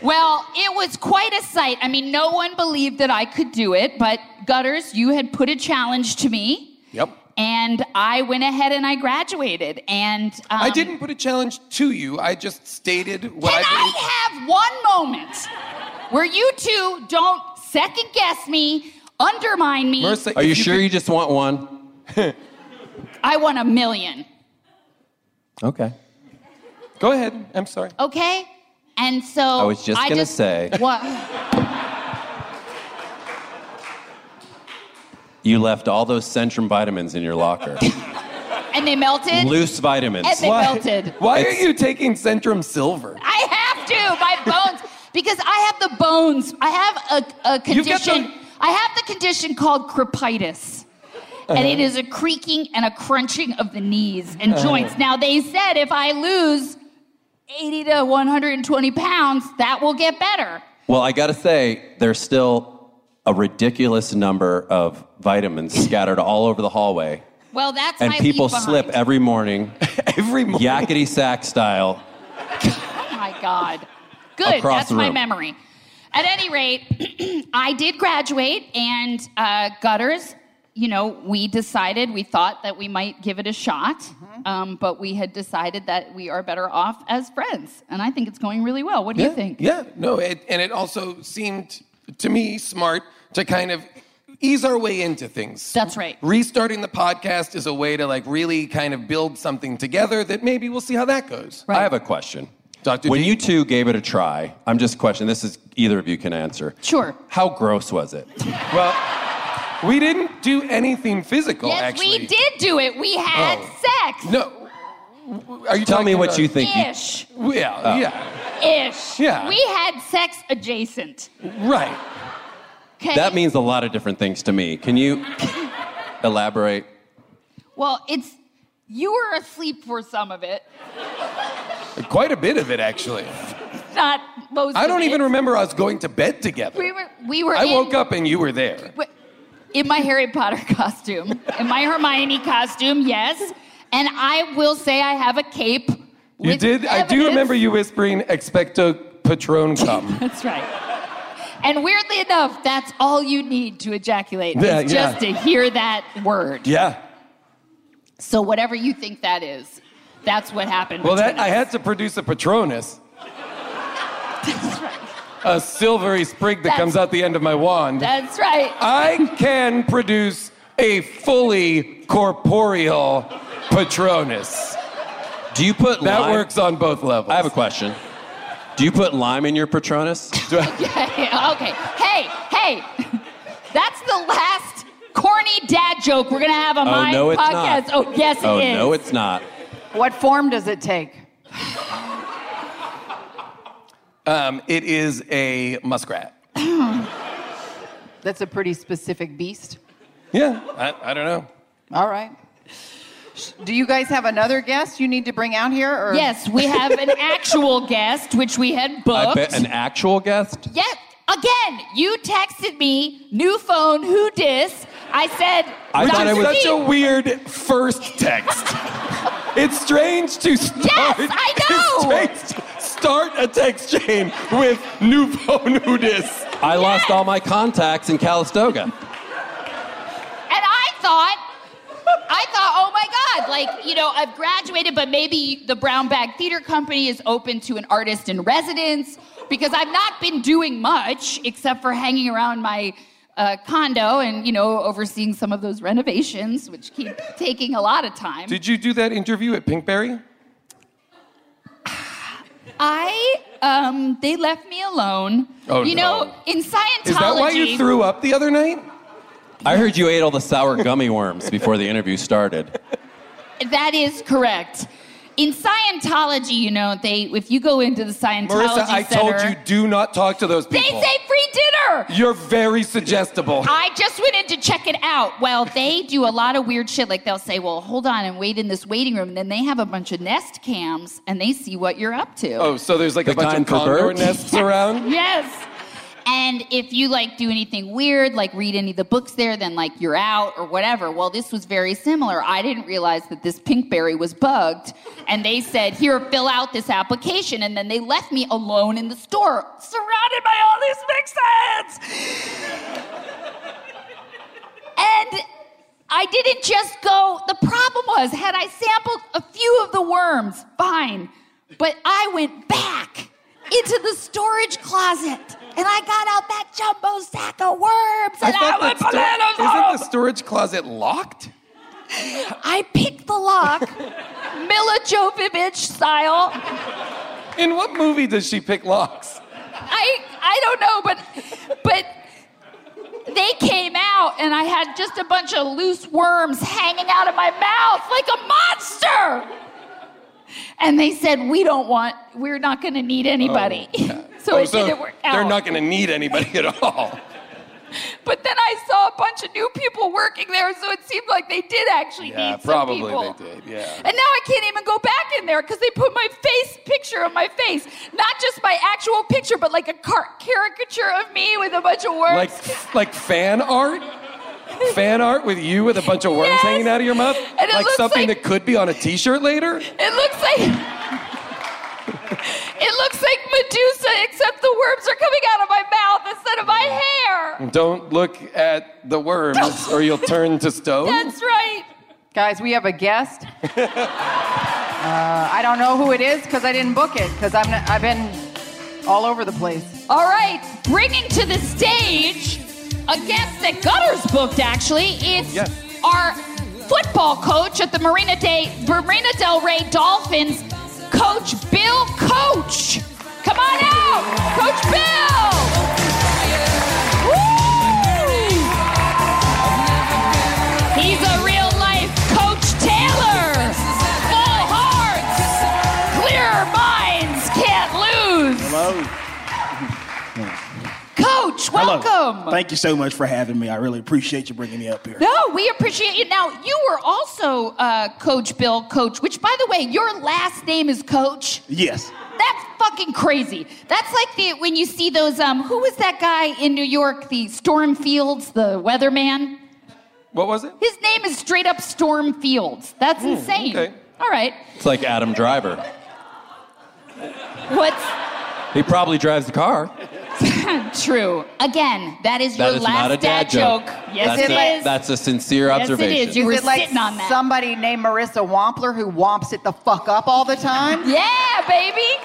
Speaker 3: Well, it was quite a sight. I mean, no one believed that I could do it, but Gutters, you had put a challenge to me,
Speaker 4: Yep.
Speaker 3: and I went ahead and I graduated. And um,
Speaker 4: I didn't put a challenge to you. I just stated what
Speaker 3: Can
Speaker 4: I believe.
Speaker 3: I have one moment where you two don't second guess me, undermine me?
Speaker 4: Marissa,
Speaker 10: Are
Speaker 4: if
Speaker 10: you sure
Speaker 4: could-
Speaker 10: you just want one?
Speaker 3: I want a million.
Speaker 10: Okay.
Speaker 4: Go ahead. I'm sorry.
Speaker 3: Okay? And so
Speaker 10: I was just
Speaker 3: I
Speaker 10: gonna say-
Speaker 3: what.
Speaker 10: You left all those Centrum vitamins in your locker.
Speaker 3: And they melted.
Speaker 10: Loose
Speaker 3: and
Speaker 10: vitamins.
Speaker 3: they
Speaker 4: Why-
Speaker 3: melted.
Speaker 4: Why
Speaker 10: It's-
Speaker 4: are you taking Centrum Silver?
Speaker 3: I have to. My bones, because I have the bones. I have a, a
Speaker 4: You've got
Speaker 3: condition. I have the condition called crepitis,
Speaker 10: Uh-huh.
Speaker 3: and it is a creaking and a crunching of the knees and joints. Now, they said if I lose 80 to 120 pounds, that will get better.
Speaker 10: Well, I gotta say, there's still a ridiculous number of vitamins scattered all over the hallway,
Speaker 3: Well, that's
Speaker 10: and
Speaker 3: my
Speaker 10: people
Speaker 3: leave
Speaker 10: slip
Speaker 3: behind.
Speaker 10: every morning,
Speaker 4: Every morning.
Speaker 10: yakety sack style.
Speaker 3: Oh my God. Good.
Speaker 10: Across
Speaker 3: That's
Speaker 10: the
Speaker 3: my
Speaker 10: room.
Speaker 3: memory. At any rate, I did graduate, and uh, Gutters, you know, we decided, we thought that we might give it a shot,
Speaker 4: Mm-hmm.
Speaker 3: um, but we had decided that we are better off as friends. And I think it's going really well. What do
Speaker 4: yeah,
Speaker 3: you think?
Speaker 4: Yeah, no, it, and it also seemed to me smart to kind of ease our way into things.
Speaker 3: That's right.
Speaker 4: Restarting the podcast is a way to like really kind of build something together that maybe we'll see how that goes.
Speaker 10: I have a question.
Speaker 4: Dr.
Speaker 10: When
Speaker 4: D?
Speaker 10: you two gave it a try, I'm just questioning. This is either of you can answer.
Speaker 3: Sure.
Speaker 10: How gross was it?
Speaker 4: Well, we didn't do anything physical.
Speaker 3: yes,
Speaker 4: Oh, actually.
Speaker 3: we did do it. We had
Speaker 4: Oh.
Speaker 3: sex.
Speaker 4: No. Are you
Speaker 10: Tell me
Speaker 4: talking
Speaker 10: what
Speaker 4: about-
Speaker 10: you think. you-
Speaker 3: Ish.
Speaker 4: Yeah, yeah,
Speaker 3: Ish.
Speaker 4: Yeah.
Speaker 3: We had sex adjacent.
Speaker 10: Oh.
Speaker 4: right.
Speaker 3: Okay.
Speaker 10: that means a lot of different things to me. Can you elaborate?
Speaker 3: Well, it's you were asleep for some of it,
Speaker 4: Quite a bit of it, actually.
Speaker 3: not most.
Speaker 4: I
Speaker 3: of
Speaker 4: don't
Speaker 3: it.
Speaker 4: even remember us going to bed together.
Speaker 3: We were. We were.
Speaker 4: I
Speaker 3: in,
Speaker 4: woke up and you were there.
Speaker 3: w- in my Harry Potter costume, in my Hermione costume, yes. And I will say I have a cape.
Speaker 4: You
Speaker 3: with
Speaker 4: did. I do
Speaker 3: evidence.
Speaker 4: remember you whispering "Expecto Patron cum."
Speaker 3: That's right. And weirdly enough, that's all you need to ejaculate.
Speaker 4: Yeah,
Speaker 3: is
Speaker 4: yeah.
Speaker 3: just to hear that word.
Speaker 4: yeah.
Speaker 3: So whatever you think that is, that's what happened.
Speaker 4: Well, that
Speaker 3: between
Speaker 4: I
Speaker 3: us.
Speaker 4: had to produce a Patronus, a silvery sprig that
Speaker 3: That's-
Speaker 4: comes out the end of my wand.
Speaker 3: That's right.
Speaker 4: I can produce a fully corporeal Patronus.
Speaker 10: Do you put
Speaker 4: That
Speaker 10: lime?
Speaker 4: works on both levels.
Speaker 10: I have a question. Do you put lime in your Patronus?
Speaker 3: okay. Hey, hey. That's the last corny dad joke we're gonna have on
Speaker 10: Oh
Speaker 3: my
Speaker 10: no, it's
Speaker 3: podcast.
Speaker 10: not.
Speaker 3: Oh yes,
Speaker 10: Oh
Speaker 3: it is.
Speaker 10: no, it's not.
Speaker 2: What form does it take?
Speaker 4: Um, it is a muskrat.
Speaker 2: That's a pretty specific beast.
Speaker 4: Yeah, I, I don't know.
Speaker 2: All right. Sh- Do you guys have another guest you need to bring out here? Or?
Speaker 3: yes, we have an actual guest, which we had
Speaker 10: I
Speaker 3: booked.
Speaker 10: bet an actual guest.
Speaker 3: yes. Again, you texted me, new phone, who dis? I said,
Speaker 10: I thought I
Speaker 3: Dr.
Speaker 10: was-
Speaker 3: D.
Speaker 4: Such a weird first text. it's strange to start.
Speaker 3: I know!
Speaker 4: It's strange to start a text chain with new phone who dis.
Speaker 10: I lost all my contacts in Calistoga.
Speaker 3: And I thought, I thought, oh my God, like, you know, I've graduated, but maybe the Brown Bag Theater Company is open to an artist in residence because I've not been doing much except for hanging around my uh, condo and, you know, overseeing some of those renovations, which keep taking a lot of time.
Speaker 4: Did you do that interview at Pinkberry?
Speaker 3: I, um, they left me alone.
Speaker 4: Oh,
Speaker 3: you
Speaker 4: no.
Speaker 3: know, in Scientology.
Speaker 4: Is that why you threw up the other night?
Speaker 10: I heard you ate all the sour gummy worms before the interview started.
Speaker 3: That is correct. In Scientology, you know, they if you go into the Scientology
Speaker 4: Marissa, I told
Speaker 3: Center-
Speaker 4: you do not talk to those
Speaker 3: They
Speaker 4: people.
Speaker 3: say free dinner.
Speaker 4: You're very suggestible.
Speaker 3: I just went in to check it out. Well, they do a lot of weird shit. Like they'll say, "Well, hold on and wait in this waiting room," and then they have a bunch of nest cams and they see what you're up to.
Speaker 4: Oh, so there's like a
Speaker 10: Big
Speaker 4: bunch
Speaker 10: time
Speaker 4: of
Speaker 10: for
Speaker 4: condor
Speaker 10: birds?
Speaker 4: nests around?
Speaker 3: Yes. And if you like do anything weird, like read any of the books there, then like you're out or whatever. Well, this was very similar. I didn't realize that this pinkberry was bugged. And they said, here, fill out this application. And then they left me alone in the store, surrounded by all these vixens. and I didn't just go. The problem was, had I sampled a few of the worms, fine. But I went back into the storage closet and I got out that jumbo sack of worms and I,
Speaker 4: that
Speaker 3: went
Speaker 4: sto-
Speaker 3: bananas.
Speaker 4: Isn't the
Speaker 3: home.
Speaker 4: storage closet locked?
Speaker 3: I picked the lock, Mila Jovovich style.
Speaker 4: In what movie does she pick locks?
Speaker 3: I I don't know, but but they came out and I had just a bunch of loose worms hanging out of my mouth like a monster. And they said, "We don't want. We're not going to need anybody." so
Speaker 4: Oh,
Speaker 3: it
Speaker 4: so
Speaker 3: didn't work out.
Speaker 4: They're not going to need anybody at all.
Speaker 3: But then I saw a bunch of new people working there, so it seemed like they did actually
Speaker 4: Yeah,
Speaker 3: need some
Speaker 4: probably
Speaker 3: people.
Speaker 4: they did. Yeah.
Speaker 3: And now I can't even go back in there because they put my face picture of my face, not just my actual picture, but like a car- caricature of me with a bunch of worms.
Speaker 4: Like like fan art? Fan art with you with a bunch of worms
Speaker 3: Yes.
Speaker 4: hanging out of your mouth?
Speaker 3: And it
Speaker 4: like
Speaker 3: looks
Speaker 4: something
Speaker 3: like-
Speaker 4: that could be on a t-shirt later?
Speaker 3: It looks like it looks like Medusa, except the worms are coming out of my mouth instead of my hair.
Speaker 4: Don't look at the worms or you'll turn to stone.
Speaker 3: That's right.
Speaker 2: Guys, we have a guest. uh, I don't know who it is because I didn't book it because I've, n- I've been all over the place.
Speaker 3: All right, bringing to the stage a guest that Gutters booked. Actually, it's
Speaker 4: Yes.
Speaker 3: our football coach at the Marina Day Marina Del Rey Dolphins, Coach Bill Coach. Come on out, Coach Bill. Woo! He's a real life Coach Taylor. Full hearts, clear minds, can't lose.
Speaker 11: Hello.
Speaker 3: Coach,
Speaker 11: Hello.
Speaker 3: welcome.
Speaker 11: Thank you so much for having me. I really appreciate you bringing me up here.
Speaker 3: No, we appreciate you. Now, you were also uh, Coach Bill Coach, which, by the way, your last name is Coach.
Speaker 11: Yes.
Speaker 3: That's fucking crazy. That's like the when you see those. Um, who was that guy in New York? The Storm Fields, the weatherman.
Speaker 4: What was it?
Speaker 3: His name is straight up Storm Fields.
Speaker 10: Hmm,
Speaker 3: That's insane.
Speaker 4: okay.
Speaker 3: All right.
Speaker 10: It's like Adam Driver.
Speaker 3: What's
Speaker 10: He probably drives the car.
Speaker 3: true? Again, that is your
Speaker 10: that is
Speaker 3: last
Speaker 10: not a dad,
Speaker 3: joke. Yes,
Speaker 10: that's
Speaker 3: it
Speaker 10: a,
Speaker 3: is.
Speaker 10: That's a sincere
Speaker 3: Yes, it
Speaker 10: observation.
Speaker 3: is. You were
Speaker 2: it like
Speaker 3: sitting on that.
Speaker 2: somebody named Marissa Wampler who womps it the fuck up all the time?
Speaker 3: Yeah, baby.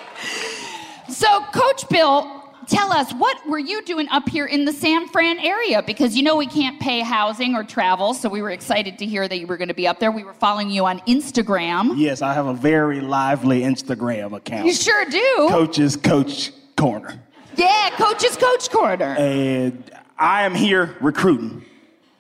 Speaker 3: So, Coach Bill, tell us what were you doing up here in the San Fran area? Because you know we can't pay housing or travel, so we were excited to hear that you were going to be up there. We were following you on Instagram.
Speaker 11: Yes, I have a very lively Instagram account.
Speaker 3: You sure do.
Speaker 11: Coach's Coach Corner.
Speaker 3: Yeah, Coach's Coach Corner.
Speaker 2: Uh,
Speaker 11: And I am here recruiting.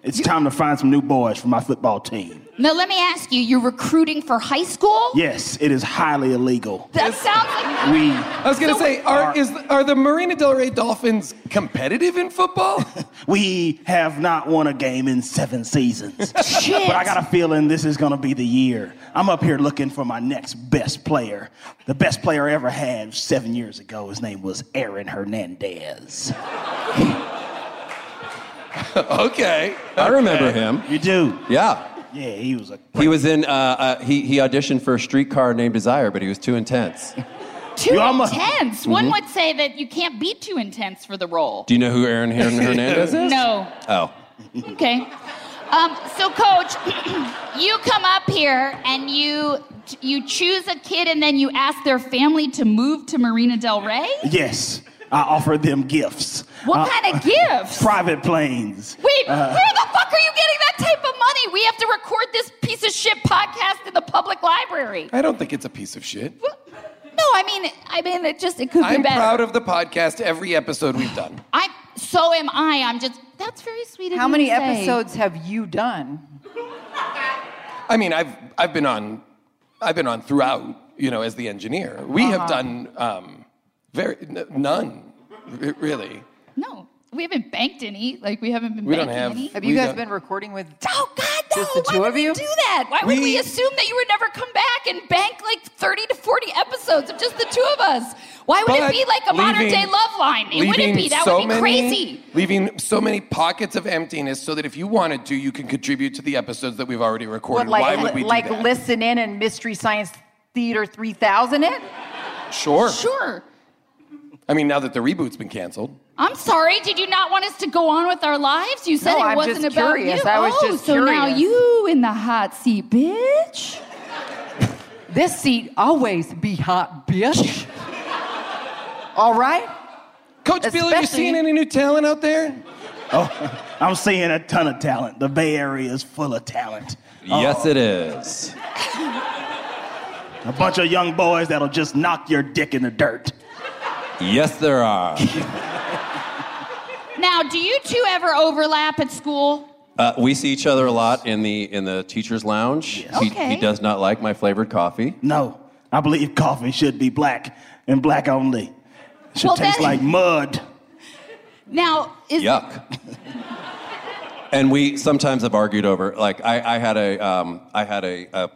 Speaker 11: It's time to find some new boys for my football team.
Speaker 3: Now, let me ask you: You're recruiting for high school?
Speaker 11: Yes, it is highly illegal.
Speaker 3: That sounds like
Speaker 11: We
Speaker 4: I was gonna say, are is are the Marina Del Rey Dolphins competitive in football?
Speaker 11: we have not won a game in seven seasons.
Speaker 3: shit.
Speaker 11: But I got a feeling this is going to be the year. I'm up here looking for my next best player. The best player I ever had seven years ago, his name was Aaron Hernandez.
Speaker 4: okay.
Speaker 10: I remember him.
Speaker 11: You do?
Speaker 10: Yeah.
Speaker 11: Yeah, he was a.
Speaker 10: He was in. Uh, uh, he he auditioned for a streetcar named Desire, but he was too intense.
Speaker 3: too
Speaker 11: You almost-
Speaker 3: intense.
Speaker 4: Mm-hmm.
Speaker 3: One would say that you can't be too intense for the role.
Speaker 10: Do you know who Aaron Hern- Hernandez is?
Speaker 3: No.
Speaker 10: Oh,
Speaker 3: Okay. Um, so, Coach, you come up here and you you choose a kid, and then you ask their family to move to Marina Del Rey.
Speaker 11: Yes, I offered them gifts.
Speaker 3: What
Speaker 11: Uh,
Speaker 3: kind of gifts?
Speaker 11: Private planes. Uh,
Speaker 3: Wait,
Speaker 4: Uh-huh.
Speaker 3: where the fuck are you getting that type of money? We have to record this piece of shit podcast in the public library.
Speaker 4: I don't think it's a piece of shit.
Speaker 3: No, I mean, I mean, it just it could be
Speaker 4: I'm
Speaker 3: better.
Speaker 4: proud of the podcast. Every episode we've done.
Speaker 3: I so am I. I'm just that's very sweet of
Speaker 2: How
Speaker 3: you
Speaker 2: many
Speaker 3: to say.
Speaker 2: episodes have you done?
Speaker 4: I mean, I've I've been on, I've been on throughout. You know, as the engineer, we
Speaker 3: Uh-huh.
Speaker 4: have done um, very n- none, r- really.
Speaker 3: No, we haven't banked any. Like we haven't been.
Speaker 4: We don't
Speaker 3: banking
Speaker 4: have-
Speaker 3: Any.
Speaker 2: Have you
Speaker 4: We
Speaker 2: guys
Speaker 4: done-
Speaker 2: been recording with?
Speaker 3: Oh God, no!
Speaker 2: Just the two
Speaker 3: Why
Speaker 2: of
Speaker 3: would
Speaker 2: you?
Speaker 3: we do that? Why would we
Speaker 4: We-
Speaker 3: assume that you would never come back and bank like thirty to forty episodes of just the two of us? Why would it
Speaker 4: But
Speaker 3: be like a modern day
Speaker 4: leaving-
Speaker 3: love line? It wouldn't
Speaker 4: leaving
Speaker 3: be. That
Speaker 4: so
Speaker 3: would be
Speaker 4: many-
Speaker 3: crazy.
Speaker 4: Leaving so many pockets of emptiness, so that if you wanted to, you can contribute to the episodes that we've already recorded.
Speaker 2: like,
Speaker 4: Why would we do
Speaker 2: like
Speaker 4: that?
Speaker 2: listen in and Mystery Science Theater 3000 it?
Speaker 4: Sure.
Speaker 3: Sure.
Speaker 4: I mean, now that the reboot's been canceled.
Speaker 3: I'm sorry. Did you not want us to go on with our lives? You said
Speaker 2: No,
Speaker 3: it
Speaker 2: I'm
Speaker 3: wasn't
Speaker 2: just
Speaker 3: about
Speaker 2: curious.
Speaker 3: you.
Speaker 2: I was
Speaker 3: oh,
Speaker 2: just
Speaker 3: so now
Speaker 2: curious.
Speaker 3: you in the hot seat, bitch.
Speaker 2: This seat always be hot, bitch. All right?
Speaker 4: Coach Bill, have you
Speaker 2: Especially-
Speaker 4: seen any new talent out there?
Speaker 11: I'm seeing a ton of talent. The Bay Area is full of talent.
Speaker 10: yes, it is.
Speaker 11: A bunch of young boys that'll just knock your dick in the dirt.
Speaker 10: Yes, there are.
Speaker 3: Now, do you two ever overlap at school?
Speaker 10: Uh, we see each other a lot in the in the teachers' lounge. He,
Speaker 3: Okay.
Speaker 10: he does not like my flavored coffee.
Speaker 11: No, I believe coffee should be black and black only. Should
Speaker 3: Well,
Speaker 11: taste
Speaker 3: then-
Speaker 11: like mud.
Speaker 3: Now, is
Speaker 10: Yuck. and we sometimes have argued over like I, I had a um, I had a, a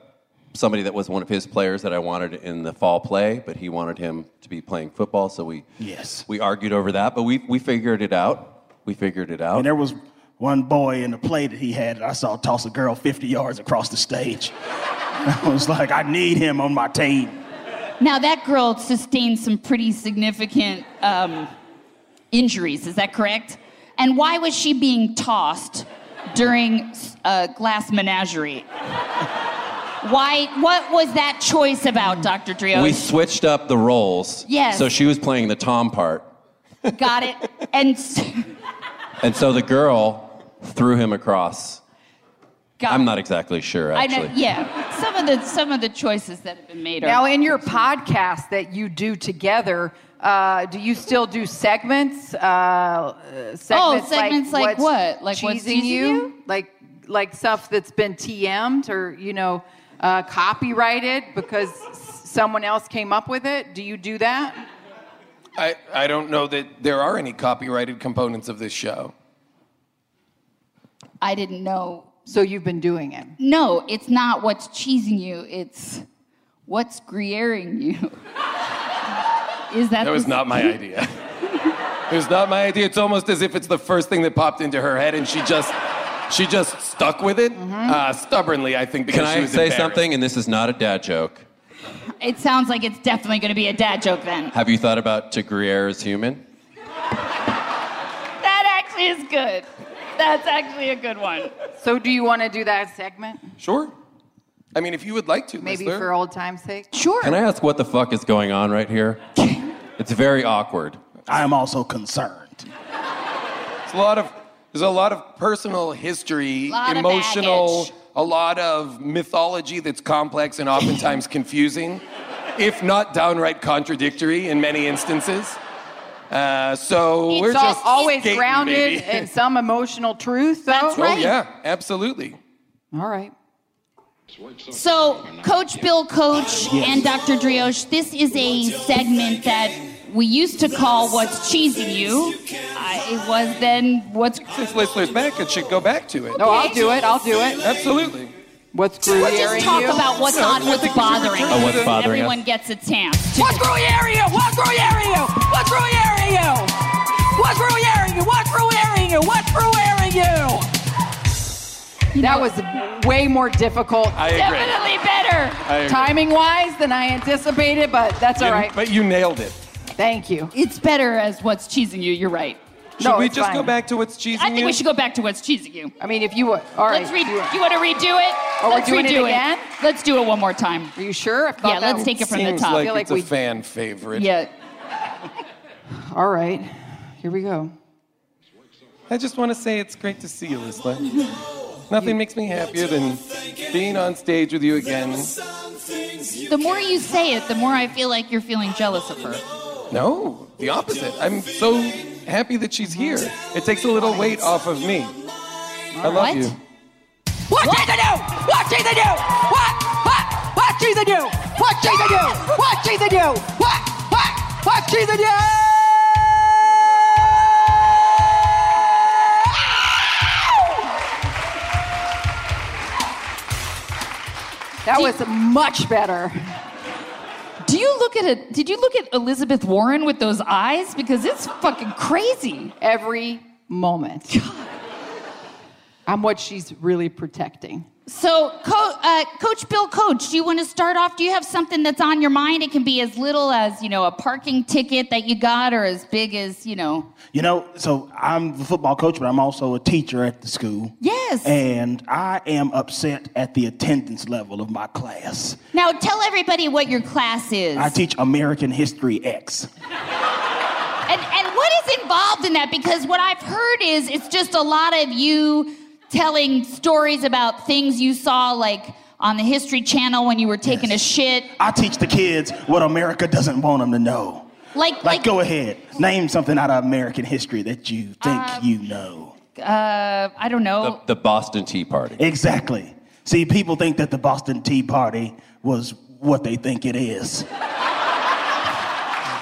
Speaker 10: somebody that was one of his players that I wanted in the fall play, but he wanted him to be playing football, so we
Speaker 11: Yes.
Speaker 10: we argued over that, but we we figured it out. We figured it out.
Speaker 11: And there was one boy in the play that he had that I saw toss a girl 50 yards across the stage. I was like, I need him on my team.
Speaker 3: Now that girl sustained some pretty significant um, injuries. Is that correct? And why was she being tossed during uh, glass menagerie? Why? What was that choice about, Dr. Drio?
Speaker 10: We switched up the roles.
Speaker 3: Yes.
Speaker 10: So she was playing the Tom part,
Speaker 3: Got it. And s-
Speaker 10: and so the girl threw him across.
Speaker 3: got
Speaker 10: I'm not exactly sure
Speaker 3: I know.
Speaker 10: actually.
Speaker 3: Yeah. Some of the some of the choices that have been made are.
Speaker 2: Now, in your podcast that you do together, uh, do you still do segments? Uh, Uh, segments
Speaker 3: Oh, segments like
Speaker 2: what's
Speaker 3: what? Like
Speaker 2: cheesing,
Speaker 3: what's cheesing
Speaker 2: you?
Speaker 3: you?
Speaker 2: Like like stuff that's been TM'd or you know uh, copyrighted because s- someone else came up with it? Do you do that?
Speaker 4: I, I don't know that there are any copyrighted components of this show.
Speaker 3: I didn't know
Speaker 2: So you've been doing it.
Speaker 3: No, it's not what's cheesing you, it's what's gruyering you. Is that
Speaker 4: That was
Speaker 3: the-
Speaker 4: not my idea. it was not my idea. It's almost as if it's the first thing that popped into her head, and she just she just stuck with it
Speaker 3: Mm-hmm.
Speaker 4: uh, stubbornly. I think because
Speaker 10: Can
Speaker 4: she
Speaker 10: I
Speaker 4: was
Speaker 10: say
Speaker 4: embarrassed.
Speaker 10: something? And this is not a dad joke.
Speaker 3: It sounds like it's definitely going to be a dad joke then.
Speaker 10: Have you thought about to Gruyere as human?
Speaker 3: That actually is good. That's actually a good one.
Speaker 2: So do you want to do that segment?
Speaker 4: Sure. I mean, if you would like to,
Speaker 2: Maybe
Speaker 4: Whistler.
Speaker 2: for old time's sake.
Speaker 3: Sure.
Speaker 10: Can I ask what the fuck is going on right here? It's very awkward.
Speaker 11: I am also concerned.
Speaker 4: It's a lot of there's a lot of personal history,
Speaker 3: Lot of
Speaker 4: emotional,
Speaker 3: baggage.
Speaker 4: a lot of mythology that's complex and oftentimes confusing, if not downright contradictory in many instances. Uh, so we're
Speaker 2: It's al-
Speaker 4: just
Speaker 2: always
Speaker 4: skating,
Speaker 2: grounded
Speaker 4: baby.
Speaker 2: in some emotional truth, though.
Speaker 3: That's
Speaker 4: Oh
Speaker 3: right.
Speaker 4: yeah, absolutely.
Speaker 2: All right.
Speaker 3: So, Coach Bill Coach and Dr. Drioche, this is a segment that we used to call What's Cheesing You. I, it was then What's.
Speaker 4: Since Whistler's back, it should go back to it.
Speaker 2: No, I'll do it. I'll do it.
Speaker 4: Absolutely.
Speaker 2: What's
Speaker 3: We'll
Speaker 2: gruyere
Speaker 3: just talk
Speaker 2: you?
Speaker 3: about what's on, what's bothering.
Speaker 10: Oh, what's bothering
Speaker 3: Everyone
Speaker 10: us?
Speaker 3: gets a chance. to-
Speaker 12: What's gruyere you? What's gruyere you? What's gruyere you? What's gruyere you? What's gruyere you? What's gruyere you?
Speaker 2: That was way more difficult
Speaker 4: I agree.
Speaker 3: Definitely better.
Speaker 4: I agree.
Speaker 2: timing wise than I anticipated, but that's all
Speaker 4: You-
Speaker 2: right.
Speaker 4: But you nailed it.
Speaker 2: Thank you.
Speaker 3: It's better as what's cheesing you. You're right.
Speaker 4: Should
Speaker 2: No,
Speaker 4: we
Speaker 2: it's
Speaker 4: just
Speaker 2: fine.
Speaker 4: go back to what's cheesing
Speaker 3: I think
Speaker 4: you?
Speaker 12: Mm-hmm.
Speaker 3: we should go back to what's cheesing you.
Speaker 2: I mean, if you would. All right.
Speaker 3: Let's redo.
Speaker 2: do it.
Speaker 3: You want to redo it?
Speaker 2: Oh, we're
Speaker 3: let's
Speaker 2: doing it
Speaker 3: redo
Speaker 2: again?
Speaker 3: Let's do it one more time.
Speaker 2: Are you sure? I thought
Speaker 3: Yeah,
Speaker 2: that
Speaker 3: let's take it from the
Speaker 4: Seems
Speaker 3: top.
Speaker 4: like
Speaker 2: feel like
Speaker 4: it's
Speaker 2: we-
Speaker 4: a fan favorite.
Speaker 3: yeah.
Speaker 2: was- All right. Here we go.
Speaker 4: I just want to say it's great to see you, Lisla. Nothing makes me happier than being on stage with you again.
Speaker 3: The more you say it, the more I feel like you're feeling jealous of her.
Speaker 4: No, the opposite. I'm so happy that she's here. It takes a little weight off of me. I love
Speaker 3: What?
Speaker 4: you.
Speaker 12: What cheesing you? What cheesing you? What? What? What cheesing you? What cheesing you? What cheesing you? What? What? What cheesing you?
Speaker 2: That was much better.
Speaker 3: Do you look at it? Did you look at Elizabeth Warren with those eyes? Because it's fucking crazy.
Speaker 2: Every moment. I'm what she's really protecting.
Speaker 3: So, Co- uh, Coach Bill, Coach, do you want to start off? Do you have something that's on your mind? It can be as little as you know a parking ticket that you got, or as big as you know.
Speaker 11: You know, so I'm the football coach, but I'm also a teacher at the school.
Speaker 3: Yes.
Speaker 11: And I am upset at the attendance level of my class.
Speaker 3: Now tell everybody what your class is.
Speaker 11: I teach American History X.
Speaker 3: and, and what is involved in that? Because what I've heard is it's just a lot of you telling stories about things you saw, like on the History Channel when you were taking a shit.
Speaker 11: I teach the kids what America doesn't want them to know.
Speaker 3: Like,
Speaker 11: Like, go ahead, name something out of American history that you think you know.
Speaker 3: Uh, I don't
Speaker 10: The,
Speaker 3: know.
Speaker 10: the Boston Tea Party.
Speaker 11: Exactly. See, people think that the Boston Tea Party was what they think it is.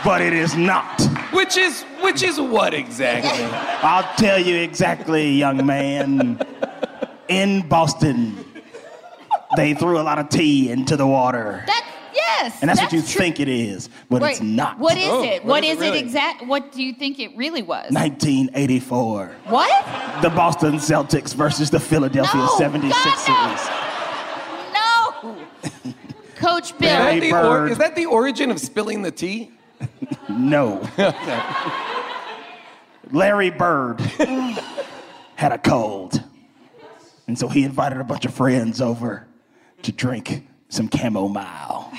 Speaker 11: but it is not.
Speaker 4: Which is which is what exactly?
Speaker 11: I'll tell you exactly, young man. In Boston, they threw a lot of tea into the water.
Speaker 3: That yes.
Speaker 11: and that's, what you
Speaker 3: true.
Speaker 11: think it is, but it's
Speaker 3: Wait,
Speaker 11: not.
Speaker 3: What is
Speaker 4: Oh,
Speaker 3: it?
Speaker 4: what
Speaker 3: What
Speaker 4: is
Speaker 3: is,
Speaker 4: it really?
Speaker 3: it exact? What do you think it really was?
Speaker 11: 1984.
Speaker 3: What?
Speaker 11: The Boston Celtics versus the Philadelphia
Speaker 3: No,
Speaker 11: 76ers.
Speaker 3: No. Coach Bill.
Speaker 4: Is that,
Speaker 11: Larry
Speaker 4: the or,
Speaker 11: Bird.
Speaker 4: is that the origin of spilling the tea?
Speaker 11: No. Larry Bird had a cold. And so he invited a bunch of friends over to drink some chamomile.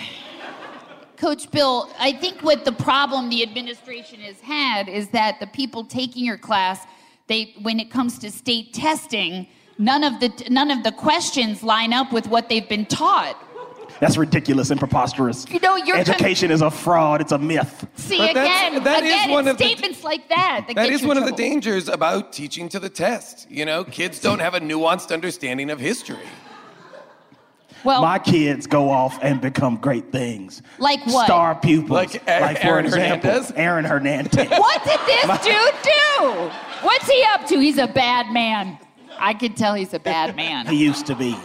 Speaker 3: Coach Bill, I think what the problem the administration has had is that the people taking your class, they when it comes to state testing, none of the none of the questions line up with what they've been taught.
Speaker 11: That's ridiculous and preposterous.
Speaker 3: You know, you're con-
Speaker 11: Education is a fraud, it's a myth.
Speaker 3: See
Speaker 4: But that's-
Speaker 3: again,
Speaker 4: that is
Speaker 3: again,
Speaker 4: one
Speaker 3: it's
Speaker 4: of the-
Speaker 3: statements like that. That,
Speaker 4: That
Speaker 3: get
Speaker 4: is
Speaker 3: you in
Speaker 4: one of the
Speaker 3: trouble.
Speaker 4: dangers about teaching to the test. You know, kids don't have a nuanced understanding of history.
Speaker 3: Well,
Speaker 11: My kids go off and become great things.
Speaker 3: Like what?
Speaker 11: Star pupils.
Speaker 4: Like A- Aaron Hernandez?
Speaker 11: Aaron Hernandez.
Speaker 3: what did this dude do? What's he up to? He's a bad man. I can tell he's a bad man.
Speaker 11: he used to be.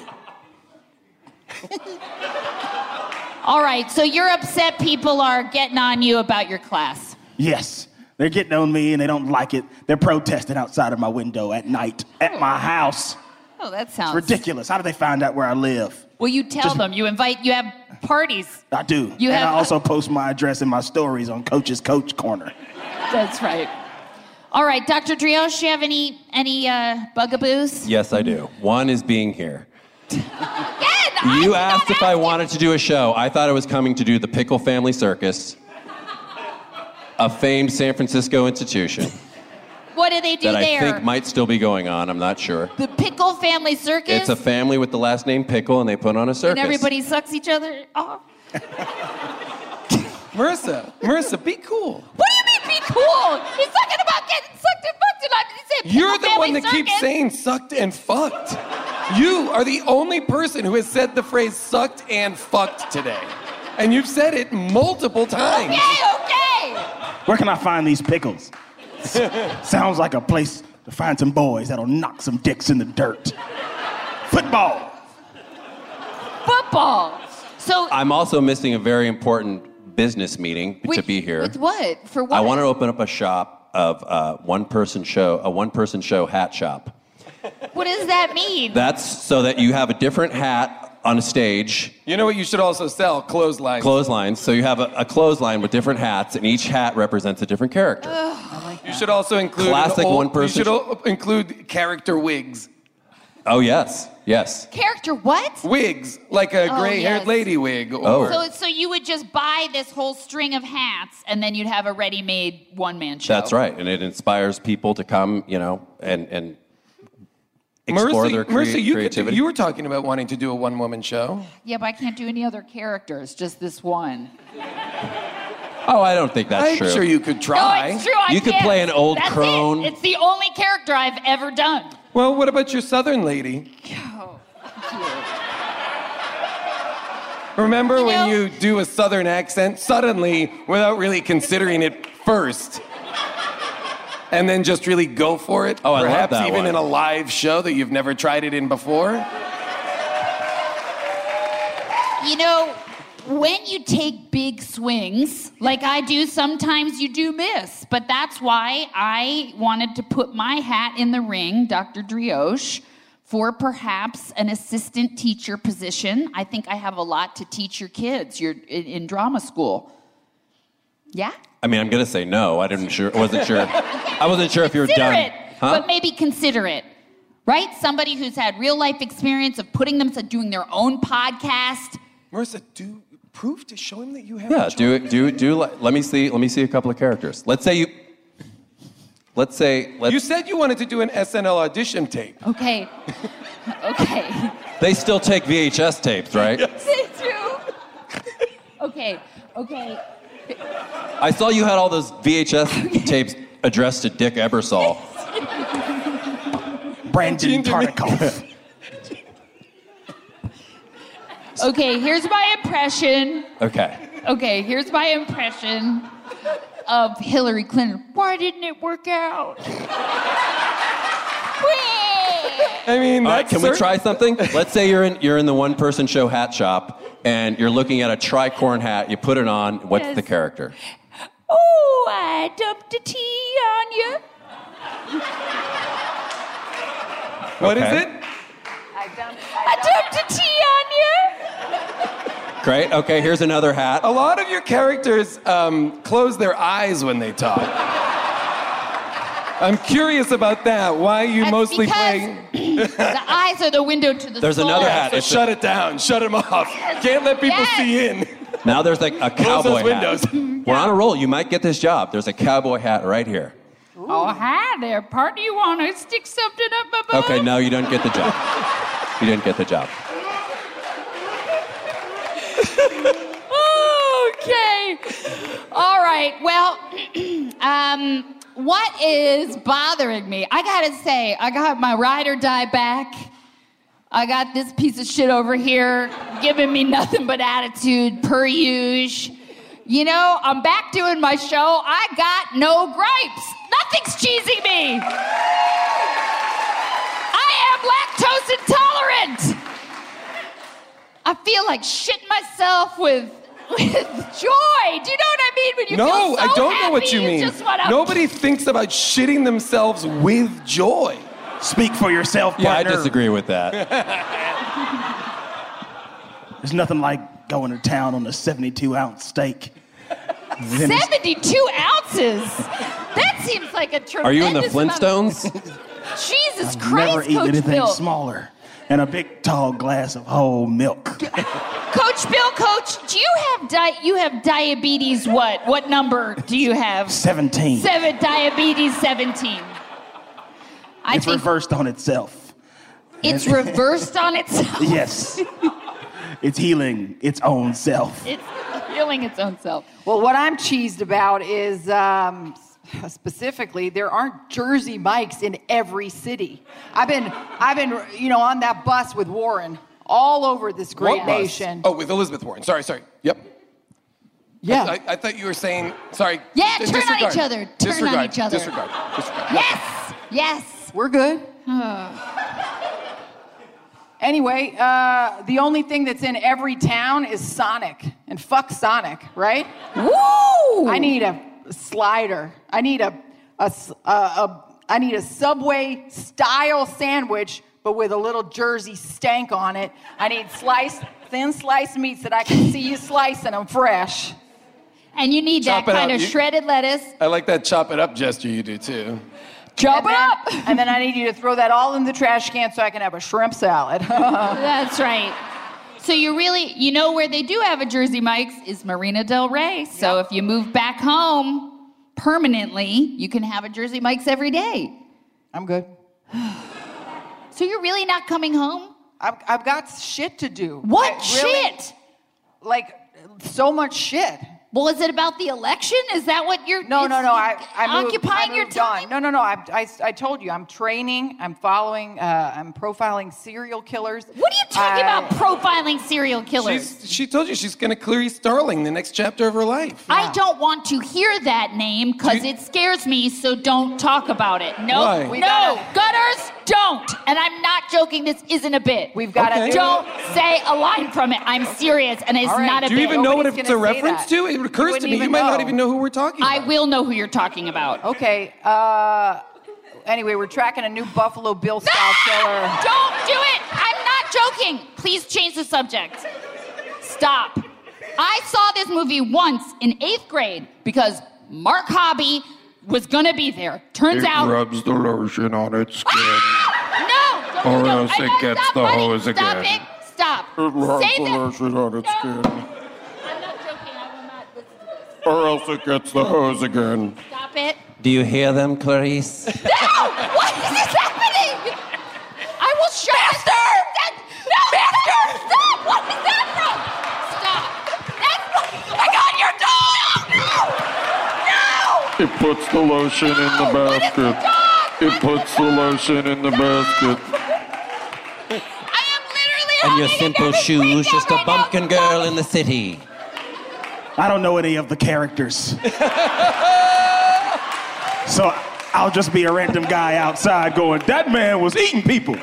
Speaker 3: All right, so you're upset people are getting on you about your class.
Speaker 11: Yes. They're getting on me and they don't like it. They're protesting outside of my window at night at my house.
Speaker 3: Oh, that sounds
Speaker 11: Ridiculous. How do they find out where I live?
Speaker 3: Well, you tell them. You invite. You have parties.
Speaker 11: I do.
Speaker 3: You
Speaker 11: and
Speaker 3: have-
Speaker 11: I also post my address and my stories on Coach's Coach Corner.
Speaker 3: That's right. All right, Dr. Drioche, you have any any uh, bugaboos?
Speaker 10: Yes, I do. One is being here.
Speaker 3: Again,
Speaker 10: You
Speaker 3: I did not
Speaker 10: asked if
Speaker 3: ask
Speaker 10: I
Speaker 3: you.
Speaker 10: wanted to do a show. I thought I was coming to do the Pickle Family Circus, a famed San Francisco institution
Speaker 3: What do they do
Speaker 10: that I
Speaker 3: there?
Speaker 10: think might still be going on. I'm not sure.
Speaker 3: the Pickle Family Circus.
Speaker 10: It's a family with the last name Pickle, and they put on a circus.
Speaker 3: and everybody sucks each other off.
Speaker 4: Marissa, Marissa, be cool.
Speaker 3: What do you mean? Be cool. He's talking about getting sucked and fucked, and I didn't say Pickle
Speaker 4: You're the
Speaker 3: Family
Speaker 4: one that
Speaker 3: Circus.
Speaker 4: keeps saying sucked and fucked. You are the only person who has said the phrase sucked and fucked today. And you've said it multiple times.
Speaker 3: Okay, okay.
Speaker 11: Where can I find these pickles? Sounds like a place to find some boys that'll knock some dicks in the dirt. Football.
Speaker 3: Football. So
Speaker 10: I'm also missing a very important business meeting to
Speaker 3: with-
Speaker 10: be here.
Speaker 3: With what? For what?
Speaker 10: I want to open up a shop of uh, one person show, a one person show hat shop.
Speaker 3: What does that mean?
Speaker 10: That's so that you have a different hat on a stage,
Speaker 4: You know what you should also sell? Clotheslines.
Speaker 10: clotheslines. So you have a, a clothesline with different hats, and each hat represents a different character.
Speaker 3: Uh.
Speaker 4: you should also include an
Speaker 10: Classic
Speaker 4: old-
Speaker 10: one-person
Speaker 4: You should
Speaker 10: sh-
Speaker 4: al- include character wigs.
Speaker 10: oh yes, yes.
Speaker 3: Character what?
Speaker 4: Wigs, like a
Speaker 3: Oh,
Speaker 4: gray-haired
Speaker 3: yes.
Speaker 4: lady wig. Or,
Speaker 10: Oh.
Speaker 3: So, so you would just buy this whole string of hats, and then you'd have a ready-made one-man show.
Speaker 10: That's right, and it inspires people to come, you know, and and explore
Speaker 4: Marissa,
Speaker 10: their crea-
Speaker 4: Marissa, you, could-
Speaker 10: creativity.
Speaker 4: you were talking about wanting to do a one-woman show.
Speaker 3: Yeah, but I can't do any other characters, just this one.
Speaker 10: oh, I don't think that's
Speaker 4: I'm
Speaker 10: true.
Speaker 4: sure you could try.
Speaker 3: No, it's true. I
Speaker 10: You could
Speaker 3: can't.
Speaker 10: play an old
Speaker 3: That's
Speaker 10: crone.
Speaker 3: It. It's the only character I've ever done.
Speaker 4: Well, what about your southern lady? Remember
Speaker 3: You
Speaker 4: when
Speaker 3: know-
Speaker 4: you do a southern accent suddenly without really considering it first? And then just really go for it.
Speaker 10: Oh, I love
Speaker 4: Perhaps
Speaker 10: that
Speaker 4: even
Speaker 10: one.
Speaker 4: in a live show that you've never tried it in before.
Speaker 3: You know, when you take big swings, like I do, sometimes you do miss. But that's why I wanted to put my hat in the ring, Dr. Drioche, for perhaps an assistant teacher position. I think I have a lot to teach your kids. You're in, in drama school. Yeah?
Speaker 10: I mean, I'm gonna say no. I didn't sure. wasn't sure. I wasn't sure if you were
Speaker 3: consider
Speaker 10: done.
Speaker 3: it, but maybe consider it. Right? Somebody who's had real life experience of putting them doing their own podcast.
Speaker 4: Marissa, do prove to show him that you have.
Speaker 10: Yeah,
Speaker 4: a
Speaker 10: do
Speaker 4: charm.
Speaker 10: it. Do do. li- Let me see. Let me see a couple of characters. Let's say you. Let's say. Let's,
Speaker 4: You said you wanted to do an SNL audition tape.
Speaker 3: Okay. okay.
Speaker 10: they still take VHS tapes, right?
Speaker 3: They do. Okay, okay.
Speaker 10: I saw you had all those VHS tapes addressed to Dick Ebersol.
Speaker 11: Brandon
Speaker 4: Continue.
Speaker 11: Tartikoff.
Speaker 3: Okay, here's my impression.
Speaker 10: Okay.
Speaker 3: Okay, here's my impression. of Hillary Clinton. Why didn't it work out? Whee!
Speaker 4: I mean,
Speaker 10: All right,
Speaker 4: that's
Speaker 10: can we
Speaker 4: cer-
Speaker 10: try something? Let's say you're in you're in the one person show hat shop and you're looking at a tricorn hat. You put it on. What's
Speaker 3: Yes.
Speaker 10: the character?
Speaker 3: Oh, I dumped a tea on you.
Speaker 4: What is
Speaker 10: Okay.
Speaker 4: it?
Speaker 3: I dumped a tea on you.
Speaker 10: Great. Okay, here's another hat.
Speaker 4: A lot of your characters um, close their eyes when they talk. I'm curious about that. Why you
Speaker 3: That's
Speaker 4: mostly
Speaker 3: because
Speaker 4: play?
Speaker 3: The eyes are the window to the
Speaker 10: There's
Speaker 3: soul.
Speaker 10: another hat.
Speaker 4: oh, So
Speaker 10: It's a-
Speaker 4: shut it down. Shut him off. Can't let people
Speaker 3: Yes.
Speaker 4: see in.
Speaker 10: Now there's like a
Speaker 4: Close
Speaker 10: cowboy
Speaker 4: those
Speaker 10: hat.
Speaker 4: windows.
Speaker 10: We're on a roll. You might get this job. There's a cowboy hat right here.
Speaker 3: Oh, hi there, partner. You want to stick something up my butt?
Speaker 10: Okay, no, you don't get the job. You didn't get the job.
Speaker 3: okay. All right. Well, um, what is bothering me? I gotta say, I got my ride or die back. I got this piece of shit over here giving me nothing but attitude per usual. You know, I'm back doing my show. I got no gripes. Nothing's cheesy me. I am lactose intolerant. I feel like shit myself with with joy. Do you know what I mean? When you feel
Speaker 4: no,
Speaker 3: so
Speaker 4: I don't know what
Speaker 3: happy,
Speaker 4: you mean.
Speaker 3: just wanna-
Speaker 4: Nobody thinks about shitting themselves with joy.
Speaker 11: Speak for yourself,
Speaker 10: Yeah, I
Speaker 11: partner.
Speaker 10: disagree with that.
Speaker 11: There's nothing like going to town on a 72 ounce steak. Then it's-
Speaker 3: 72 ounces. That seems like a tremendous
Speaker 10: Are you in the
Speaker 3: amount-
Speaker 10: Flintstones?
Speaker 3: Jesus
Speaker 11: I've
Speaker 3: Christ,
Speaker 11: never eaten
Speaker 3: Coach
Speaker 11: anything
Speaker 3: Bill.
Speaker 11: smaller. And a big tall glass of whole milk.
Speaker 3: Coach Bill, Coach, do you have di- you have diabetes? What what number do you have?
Speaker 11: 17.
Speaker 3: Seven diabetes 17. I
Speaker 11: It's
Speaker 3: think
Speaker 11: reversed on itself.
Speaker 3: it's reversed on itself.
Speaker 11: Yes. it's healing its own self.
Speaker 3: It's healing its own self.
Speaker 2: Well, what I'm cheesed about is um, specifically there aren't Jersey Mikes in every city. I've been, I've been, you know, on that bus with Warren all over this great
Speaker 4: What bus?
Speaker 2: nation.
Speaker 4: Oh, with Elizabeth Warren. Sorry, sorry. Yep.
Speaker 2: yeah.
Speaker 4: I, I thought you were saying, sorry.
Speaker 3: Yeah,
Speaker 4: d-
Speaker 3: turn on each
Speaker 4: disregard.
Speaker 3: other. Turn on
Speaker 4: Disregard.
Speaker 3: each other.
Speaker 4: Disregard. Disregard.
Speaker 3: Yes, yes.
Speaker 2: We're good. Anyway, uh, the only thing that's in every town is Sonic, and fuck Sonic, right?
Speaker 3: Woo!
Speaker 2: I need a slider. I need a, a, s- a- a- I need a Subway style sandwich, but with a little Jersey stank on it. I need sliced, thin sliced meats that I can see you slicing them fresh.
Speaker 3: And you need
Speaker 4: Chop
Speaker 3: that
Speaker 4: it
Speaker 3: kind
Speaker 4: up.
Speaker 3: of
Speaker 4: You-
Speaker 3: shredded lettuce.
Speaker 4: I like that chop it up gesture you do too.
Speaker 2: And then- and then I need you to throw that all in the trash can so I can have a shrimp salad.
Speaker 3: That's right. So you really, you know where they do have a Jersey Mike's is Marina Del Rey. So if you move back home permanently, you can have a Jersey Mike's every day.
Speaker 2: I'm good.
Speaker 3: So you're really not coming home?
Speaker 2: I've, I've got shit to do.
Speaker 3: What
Speaker 2: I really-
Speaker 3: shit?
Speaker 2: Like, so much shit.
Speaker 3: Well, is it about the election? Is that what you're
Speaker 2: No,
Speaker 3: it's
Speaker 2: no, no. I, I moved,
Speaker 3: occupying
Speaker 2: I
Speaker 3: your
Speaker 2: moved on.
Speaker 3: time?
Speaker 2: No, no, no. I, I, I told you, I'm training. I'm following. Uh, I'm profiling serial killers.
Speaker 3: What are you talking
Speaker 2: I-
Speaker 3: about profiling serial killers?
Speaker 4: She's, she told you she's going to clear Starling the next chapter of her life.
Speaker 3: I don't want to hear that name because
Speaker 4: Do you-
Speaker 3: it scares me, so don't talk about it. No,
Speaker 4: Why?
Speaker 3: no,
Speaker 4: We
Speaker 2: gotta-
Speaker 3: gutters, don't. And I'm not joking, this isn't a bit.
Speaker 2: We've got
Speaker 4: Okay.
Speaker 2: to
Speaker 3: Don't say a line from it. I'm serious, and it's
Speaker 2: All right.
Speaker 3: not a
Speaker 4: Do you
Speaker 3: bit.
Speaker 4: even know what
Speaker 2: Nobody's
Speaker 4: it's a
Speaker 2: gonna say
Speaker 4: reference
Speaker 2: that.
Speaker 4: to? It
Speaker 2: You
Speaker 4: occurs to
Speaker 2: wouldn't
Speaker 4: me you
Speaker 2: even
Speaker 4: might not
Speaker 2: know.
Speaker 4: even know who we're talking
Speaker 3: I
Speaker 4: about.
Speaker 3: will know who you're talking about.
Speaker 2: Okay. Uh, anyway, we're tracking a new Buffalo Bill style killer.
Speaker 3: Don't do it. I'm not joking. Please change the subject. Stop. I saw this movie once in eighth grade because Mark Hobby was gonna be there. Turns out
Speaker 13: rubs the lotion on its skin.
Speaker 3: Ah! No!
Speaker 13: Or
Speaker 3: no,
Speaker 13: else
Speaker 3: I
Speaker 13: it
Speaker 3: know,
Speaker 13: gets
Speaker 3: stop,
Speaker 13: the
Speaker 3: buddy.
Speaker 13: hose
Speaker 3: Stop
Speaker 13: again.
Speaker 3: it. Stop.
Speaker 13: It rubs
Speaker 3: Say
Speaker 13: the
Speaker 3: that.
Speaker 13: lotion on its
Speaker 3: No.
Speaker 13: skin.
Speaker 3: I'm not joking. I will not listen to this.
Speaker 13: Or else it gets the hose again.
Speaker 3: Stop it.
Speaker 10: Do you hear them, Clarice?
Speaker 3: No! What is this happening? I will shut Master! That, no! Master! Stop! What is that from? Stop. That's what- I got your dog! Oh, No!
Speaker 13: It puts the lotion in the
Speaker 3: No, what is the
Speaker 13: basket.
Speaker 3: dog?
Speaker 13: It puts the lotion in the basket.
Speaker 3: No! I am literally
Speaker 10: and
Speaker 3: holding
Speaker 10: your
Speaker 3: a
Speaker 10: simple
Speaker 3: nervous
Speaker 10: shoes,
Speaker 3: breakdown
Speaker 10: just a
Speaker 3: right now.
Speaker 10: bumpkin
Speaker 3: Stop.
Speaker 10: girl in the city.
Speaker 11: I don't know any of the characters. so I'll just be a random guy outside going, that man was eating people.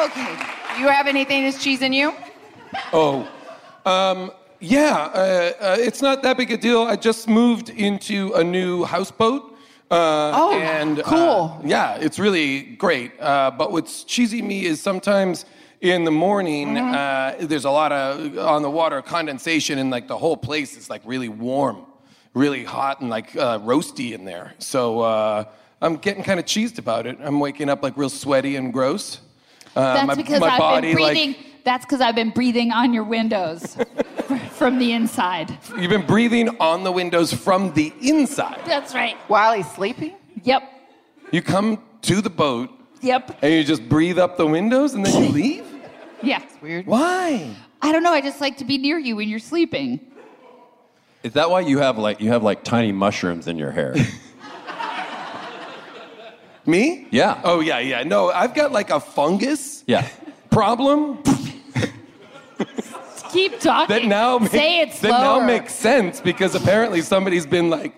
Speaker 2: Okay. You have anything that's cheesing you?
Speaker 4: Oh, um, yeah, uh, uh, it's not that big a deal. I just moved into a new houseboat. Uh,
Speaker 2: Oh,
Speaker 4: and, uh,
Speaker 2: cool.
Speaker 4: yeah, it's really great. Uh, but what's cheesy me is sometimes in the morning,
Speaker 3: Mm-hmm.
Speaker 4: uh, there's a lot of on the water condensation, and like the whole place is like really warm, really hot, and like uh, roasty in there. So uh, I'm getting kind of cheesed about it. I'm waking up like real sweaty and gross. Uh,
Speaker 3: That's
Speaker 4: my-
Speaker 3: because
Speaker 4: my
Speaker 3: I've
Speaker 4: body,
Speaker 3: been
Speaker 4: like-
Speaker 3: breathing. that's because I've been breathing on your windows from the inside.
Speaker 4: You've been breathing on the windows from the inside.
Speaker 3: That's right.
Speaker 2: While he's sleeping?
Speaker 3: Yep.
Speaker 4: You come to the boat
Speaker 3: Yep.
Speaker 4: and you just breathe up the windows and then you leave?
Speaker 3: Yeah.
Speaker 2: Weird.
Speaker 4: Why?
Speaker 3: I don't know. I just like to be near you when you're sleeping.
Speaker 10: Is that why you have like you have like tiny mushrooms in your hair?
Speaker 4: Me?
Speaker 10: Yeah.
Speaker 4: Oh, yeah, yeah. No, I've got like a fungus
Speaker 10: Yeah.
Speaker 4: problem
Speaker 3: Keep talking.
Speaker 4: that now, make-
Speaker 3: say it
Speaker 4: that
Speaker 3: slower.
Speaker 4: now makes sense because apparently somebody's been like,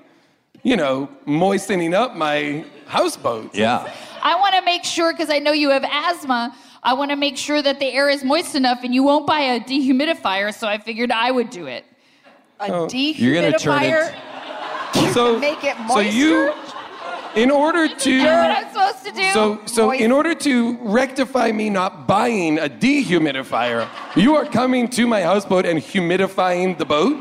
Speaker 4: you know, moistening up my houseboat.
Speaker 10: Yeah.
Speaker 3: I want to make sure because I know you have asthma. I want to make sure that the air is moist enough, and you won't buy a dehumidifier. So I figured I would do it.
Speaker 2: A dehumidifier?
Speaker 10: You're gonna turn it-
Speaker 4: So,
Speaker 2: make it
Speaker 4: so you, in order to.
Speaker 3: You know what I'm supposed to do?
Speaker 4: So, so
Speaker 2: Moist.
Speaker 4: in order to rectify me not buying a dehumidifier, you are coming to my houseboat and humidifying the boat?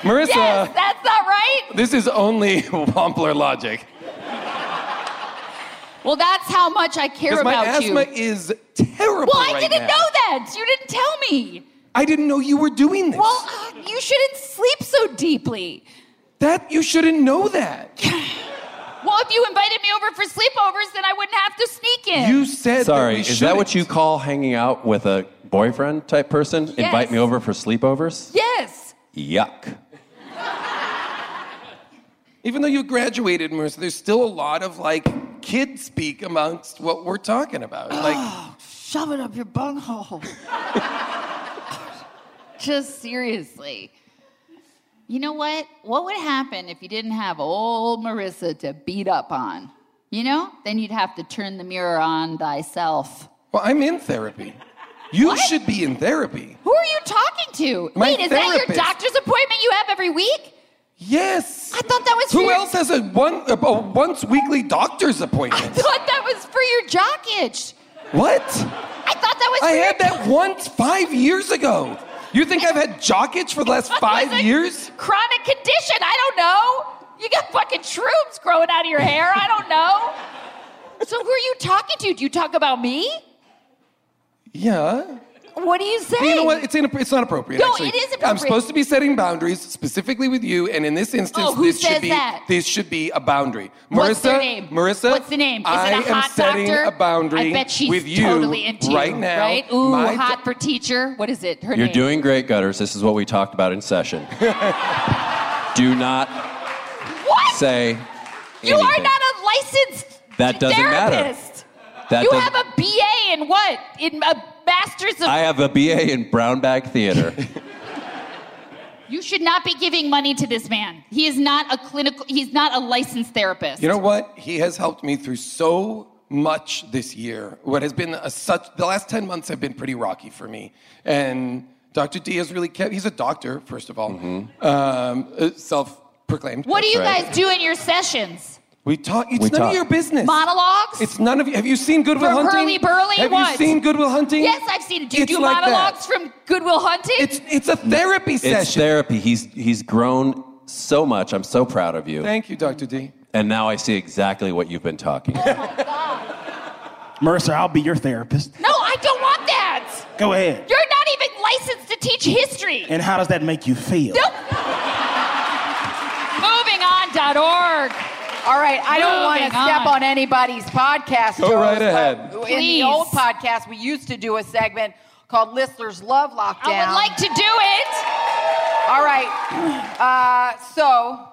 Speaker 4: Marissa,
Speaker 3: yes, that's not right.
Speaker 4: this is only Wampler logic.
Speaker 3: Well, that's how much I care
Speaker 4: Because my
Speaker 3: about you.
Speaker 4: asthma is terrible.
Speaker 3: Well, I
Speaker 4: right
Speaker 3: didn't
Speaker 4: now.
Speaker 3: know that. You didn't tell me.
Speaker 4: I didn't know you were doing this.
Speaker 3: Well, uh, you shouldn't sleep so deeply.
Speaker 4: that you shouldn't know that.
Speaker 3: Well, if you invited me over for sleepovers, then I wouldn't have to sneak in.
Speaker 4: You said that
Speaker 10: Sorry,
Speaker 4: we
Speaker 10: is that what you
Speaker 4: shouldn't.
Speaker 10: call hanging out with a boyfriend type person? Invite me over for sleepovers?
Speaker 3: yes.
Speaker 10: Yuck.
Speaker 4: Even though you graduated, Marissa, there's still a lot of like kid speak amongst what we're talking about. Like,
Speaker 2: Shove it up your bunghole.
Speaker 3: Just seriously. You know what? What would happen if you didn't have old Marissa to beat up on? You know? Then you'd have to turn the mirror on thyself.
Speaker 4: well, I'm in therapy. You should be in therapy.
Speaker 3: Who are you talking to?
Speaker 4: My
Speaker 3: Wait, is that your
Speaker 4: therapist.
Speaker 3: doctor's appointment you have every week?
Speaker 4: Yes.
Speaker 3: I thought that was for
Speaker 4: Who
Speaker 3: your-
Speaker 4: else has a one a, a once weekly doctor's
Speaker 3: I
Speaker 4: appointment?
Speaker 3: thought that was for your jock itch.
Speaker 4: What?
Speaker 3: I thought that was
Speaker 4: I
Speaker 3: for your
Speaker 4: had that once five years ago. You think I've had jock itch for the last five
Speaker 3: was a
Speaker 4: years?
Speaker 3: Chronic condition. I don't know. You got fucking shrooms growing out of your hair. I don't know. So who are you talking to? Do you talk about me?
Speaker 4: Yeah.
Speaker 3: What do you say?
Speaker 4: You know what? It's, inappro- it's not appropriate.
Speaker 3: No,
Speaker 4: actually.
Speaker 3: it is
Speaker 4: I'm
Speaker 3: appropriate.
Speaker 4: supposed to be setting boundaries specifically with you, and in this instance,
Speaker 3: Oh, who
Speaker 4: this
Speaker 3: says
Speaker 4: should be
Speaker 3: that?
Speaker 4: this should be a boundary. Marissa,
Speaker 3: What's their name?
Speaker 4: Marissa,
Speaker 3: What's the name? Is
Speaker 4: I
Speaker 3: it a
Speaker 4: am
Speaker 3: hot
Speaker 4: setting
Speaker 3: doctor?
Speaker 4: a boundary
Speaker 3: I bet she's
Speaker 4: with you
Speaker 3: totally into you,
Speaker 4: right now.
Speaker 3: Right? Ooh,
Speaker 4: My-
Speaker 3: hot for teacher. What is it? Her
Speaker 10: You're
Speaker 3: name.
Speaker 10: doing great, Gutters. This is what we talked about in session. Do not
Speaker 3: what?
Speaker 10: say.
Speaker 3: you are
Speaker 10: anything.
Speaker 3: not a licensed
Speaker 10: That doesn't matter.
Speaker 3: therapist.
Speaker 10: That
Speaker 3: you
Speaker 10: does-
Speaker 3: have a BA in what? In a master's of.
Speaker 10: I have a BA in brown bag theater.
Speaker 3: you should not be giving money to this man. He is not a clinical. He's not a licensed therapist.
Speaker 4: You know what? He has helped me through so much this year. What has been a such the last 10 months have been pretty rocky for me. And Dr. D has really kept he's a doctor, first of all.
Speaker 10: Mm-hmm.
Speaker 4: Um, self-proclaimed.
Speaker 3: What do you
Speaker 10: right.
Speaker 3: guys do in your sessions?
Speaker 4: We talk it's
Speaker 10: We
Speaker 4: none
Speaker 10: talk.
Speaker 4: of your business.
Speaker 3: Monologues?
Speaker 4: It's none of you. Have you seen Goodwill
Speaker 3: From
Speaker 4: Hunting?
Speaker 3: Hurley Burley?
Speaker 4: Have
Speaker 3: What?
Speaker 4: you seen Goodwill Hunting?
Speaker 3: Yes, I've seen it. Do you
Speaker 4: It's
Speaker 3: do
Speaker 4: like that.
Speaker 3: monologues from Goodwill Hunting?
Speaker 4: It's it's a therapy
Speaker 10: it's
Speaker 4: session.
Speaker 10: therapy. He's he's grown so much. I'm so proud of you.
Speaker 4: Thank you, Dr. D.
Speaker 10: and now I see exactly what you've been talking. about.
Speaker 11: Marissa, I'll be your therapist.
Speaker 3: no, I don't want that.
Speaker 11: Go ahead.
Speaker 3: You're not even licensed to teach history.
Speaker 11: And how does that make you feel?
Speaker 3: nope. MovingOn.org.
Speaker 2: All right, I don't want to
Speaker 3: Moving
Speaker 2: step
Speaker 3: on.
Speaker 2: on anybody's podcast.
Speaker 4: Go
Speaker 2: Joe,
Speaker 4: right
Speaker 2: but
Speaker 4: ahead.
Speaker 2: In
Speaker 3: Please.
Speaker 2: the old podcast, we used to do a segment called Listener's Love Lockdown.
Speaker 3: I would like to do it.
Speaker 2: All right, uh, so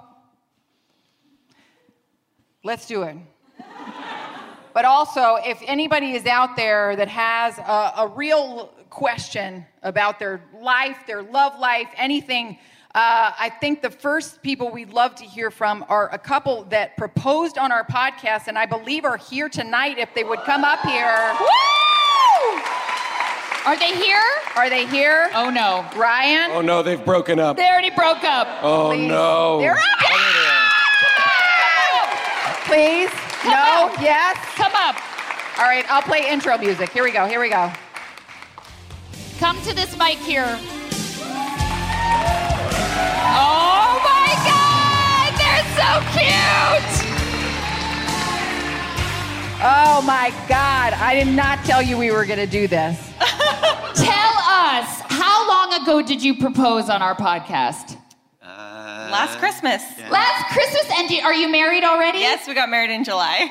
Speaker 2: let's do it. But also, if anybody is out there that has a, a real question about their life, their love life, anything, uh, I think the first people we'd love to hear from are a couple that proposed on our podcast and I believe are here tonight if they would come up here.
Speaker 3: Woo! Are they here?
Speaker 2: Are they here?
Speaker 3: Oh no.
Speaker 2: Ryan?
Speaker 4: Oh no, they've broken up.
Speaker 3: They already broke up.
Speaker 4: Oh no.
Speaker 2: They're up! Please? No? Yes?
Speaker 3: Come up.
Speaker 2: All right, I'll play intro music. Here we go. Here we go.
Speaker 3: Come to this mic here. Oh my god! They're so cute!
Speaker 2: Oh my God. I did not tell you we were going to do this.
Speaker 3: Tell us, how long ago did you propose on our podcast? Uh,
Speaker 14: Last Christmas.
Speaker 3: Last Christmas, and do- are you married already?
Speaker 14: Yes, we got married in July.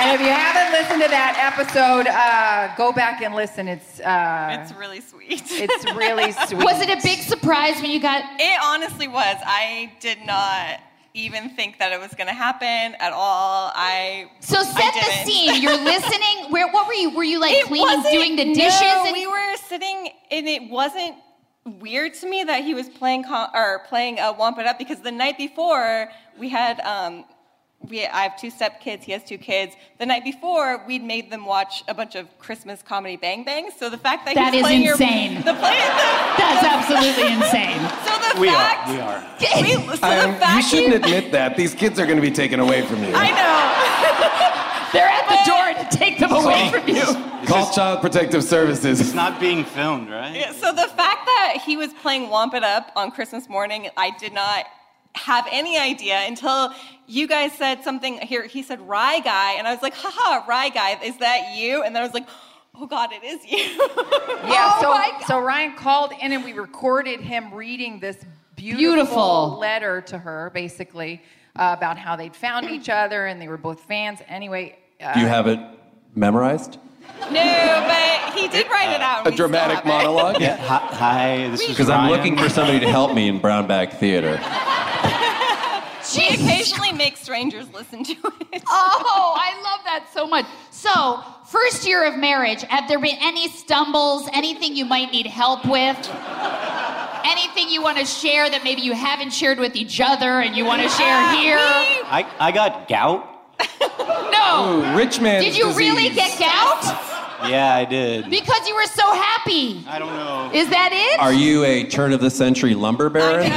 Speaker 2: And if you haven't listened to that episode, uh, go back and listen. It's, uh,
Speaker 14: It's really sweet.
Speaker 2: it's really sweet.
Speaker 3: Was it a big surprise when you got
Speaker 14: It honestly was. I did not even think that it was going to happen at all. I
Speaker 3: So
Speaker 14: I
Speaker 3: set the
Speaker 14: didn't.
Speaker 3: scene. You're listening. Where? What were you? Were you like
Speaker 14: It
Speaker 3: cleaning,
Speaker 14: wasn't-
Speaker 3: doing the dishes?
Speaker 14: No,
Speaker 3: and-
Speaker 14: we were sitting, and it wasn't weird to me that he was playing co- or playing uh, Womp It Up because the night before we had um, we I have two step kids. He has two kids. The night before we'd made them watch a bunch of Christmas comedy Bang Bangs. So the fact that
Speaker 3: That
Speaker 14: he's
Speaker 3: is
Speaker 14: playing
Speaker 3: insane.
Speaker 14: Your, the play the,
Speaker 3: That's absolutely insane.
Speaker 14: so the
Speaker 11: We
Speaker 14: fact
Speaker 11: are. We are.
Speaker 14: Wait, so the
Speaker 4: Um,
Speaker 14: fact
Speaker 4: you shouldn't
Speaker 14: you-
Speaker 4: admit that. These kids are going to be taken away from you.
Speaker 14: I know.
Speaker 3: They're at the door to take them away from you.
Speaker 4: Call Child Protective Services.
Speaker 5: It's not being filmed, right?
Speaker 14: Yeah, so the fact that he was playing Womp It Up on Christmas morning, I did not have any idea until you guys said something here. He said Rye Guy, and I was like, haha, Rye Guy, is that you? And then I was like, oh God, it is you.
Speaker 2: Yeah,
Speaker 14: Oh my
Speaker 2: so, so Ryan called in and we recorded him reading this beautiful,
Speaker 3: Beautiful.
Speaker 2: letter to her, basically, uh, about how they'd found each other and they were both fans. Anyway, uh,
Speaker 10: Do you have it memorized?
Speaker 14: God. No, but he did write it out.
Speaker 10: Uh,
Speaker 14: and
Speaker 4: A
Speaker 14: we still
Speaker 4: dramatic
Speaker 14: have it.
Speaker 4: monologue.
Speaker 5: Yeah, hi, hi, this is
Speaker 10: Because I'm
Speaker 5: Ryan.
Speaker 10: looking for somebody to help me in Brown Bag Theater.
Speaker 14: She occasionally makes strangers listen to it.
Speaker 3: Oh, I love that so much. So, first year of marriage, have there been any stumbles, anything you might need help with? Anything you want to share that maybe you haven't shared with each other and you want to
Speaker 2: Ah,
Speaker 3: share here?
Speaker 5: I, I got gout.
Speaker 3: No.
Speaker 2: Oh,
Speaker 4: Ooh, rich man.
Speaker 3: Did you really get gout?
Speaker 5: Yeah, I did.
Speaker 3: Because you were so happy.
Speaker 5: I don't know.
Speaker 3: Is that it?
Speaker 10: Are you a turn of the century lumber baron?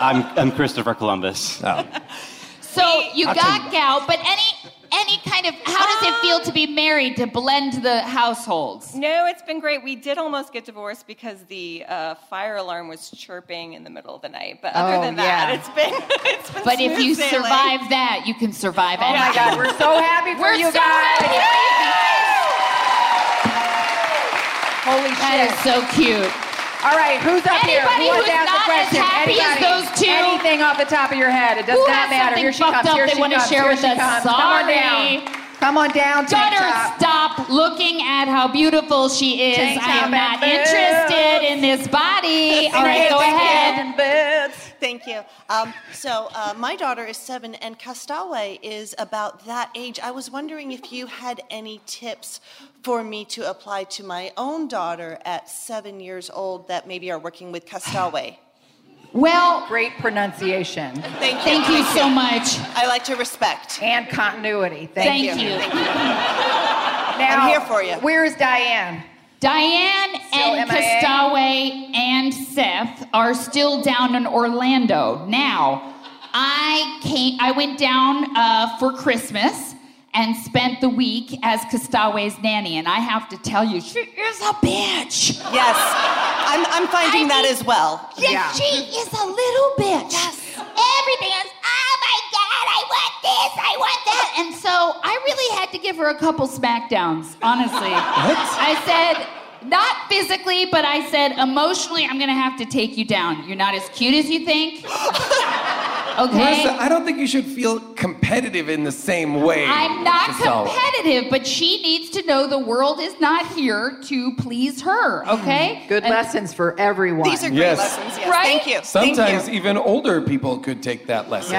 Speaker 5: I'm, I'm Christopher Columbus.
Speaker 10: Oh.
Speaker 3: So you got gout, but any any kind of how does it feel to be married to blend the households?
Speaker 14: No, it's been great. We did almost get divorced because the uh, fire alarm was chirping in the middle of the night. But other
Speaker 2: Oh,
Speaker 14: than that,
Speaker 2: yeah.
Speaker 14: it's been it's been.
Speaker 3: But if
Speaker 14: smooth
Speaker 3: you
Speaker 14: sailing.
Speaker 3: survive that, you can survive
Speaker 2: oh my
Speaker 3: anything.
Speaker 2: God, we're so happy for
Speaker 3: We're
Speaker 2: you
Speaker 3: so
Speaker 2: guys.
Speaker 3: happy.
Speaker 2: Holy shit.
Speaker 3: That is so cute.
Speaker 2: All right, who's up here?
Speaker 3: Anybody
Speaker 2: Who wants to
Speaker 3: who's
Speaker 2: ask
Speaker 3: not
Speaker 2: a
Speaker 3: as
Speaker 2: question?
Speaker 3: happy as
Speaker 2: Anybody?
Speaker 3: those two?
Speaker 2: Anything off the top of your head. It does
Speaker 3: Who
Speaker 2: not
Speaker 3: has
Speaker 2: matter.
Speaker 3: something
Speaker 2: Here she
Speaker 3: fucked
Speaker 2: comes.
Speaker 3: up
Speaker 2: Here
Speaker 3: they
Speaker 2: she
Speaker 3: wanna
Speaker 2: comes.
Speaker 3: share
Speaker 2: Here
Speaker 3: with
Speaker 2: she
Speaker 3: us?
Speaker 2: comes. Come on
Speaker 3: Sorry.
Speaker 2: down. Come on down. tank
Speaker 3: Gutter,
Speaker 2: top.
Speaker 3: stop looking at how beautiful she is.
Speaker 2: Tank
Speaker 3: I
Speaker 2: top and
Speaker 3: am not
Speaker 2: boobs.
Speaker 3: interested in this body. All right, go ahead.
Speaker 15: Thank you. Um, so uh, my daughter is seven, and Castaway is about that age. I was wondering if you had any tips for me to apply to my own daughter at seven years old that maybe are working with Castaway.
Speaker 3: Well,
Speaker 2: Great pronunciation
Speaker 15: Thank you.
Speaker 3: thank you so much.
Speaker 15: I like to respect.
Speaker 2: and continuity. Thank,
Speaker 3: Thank you.
Speaker 2: you. Now,
Speaker 15: I'm here for you.
Speaker 2: Where is Diane?
Speaker 3: Diane
Speaker 2: Still
Speaker 3: and
Speaker 2: MIA?
Speaker 3: Castaway and Seth are still down in Orlando now. I came. I went down uh, for Christmas and spent the week as Castaway's nanny, and I have to tell you, she is a bitch.
Speaker 15: Yes, I'm, I'm finding
Speaker 3: I
Speaker 15: that
Speaker 3: mean-
Speaker 15: as well.
Speaker 3: Yes,
Speaker 2: Yeah.
Speaker 3: she is a little bitch. Yes. Everything is, oh my God, I want this, I want that. And so I really had to give her a couple smackdowns, honestly. what? I said, not physically, but I said, emotionally, I'm going to have to take you down. You're not as cute as you think. Okay.
Speaker 4: Marissa, I don't think you should feel competitive in the same way.
Speaker 3: I'm not
Speaker 4: to Sala.
Speaker 3: competitive, but she needs to know the world is not here to please her, okay?
Speaker 5: Good lessons for everyone.
Speaker 14: These are great
Speaker 4: Yes.
Speaker 14: lessons. Yes.
Speaker 3: Right?
Speaker 14: Thank you.
Speaker 4: Sometimes
Speaker 14: Thank
Speaker 4: even older people could take that lesson.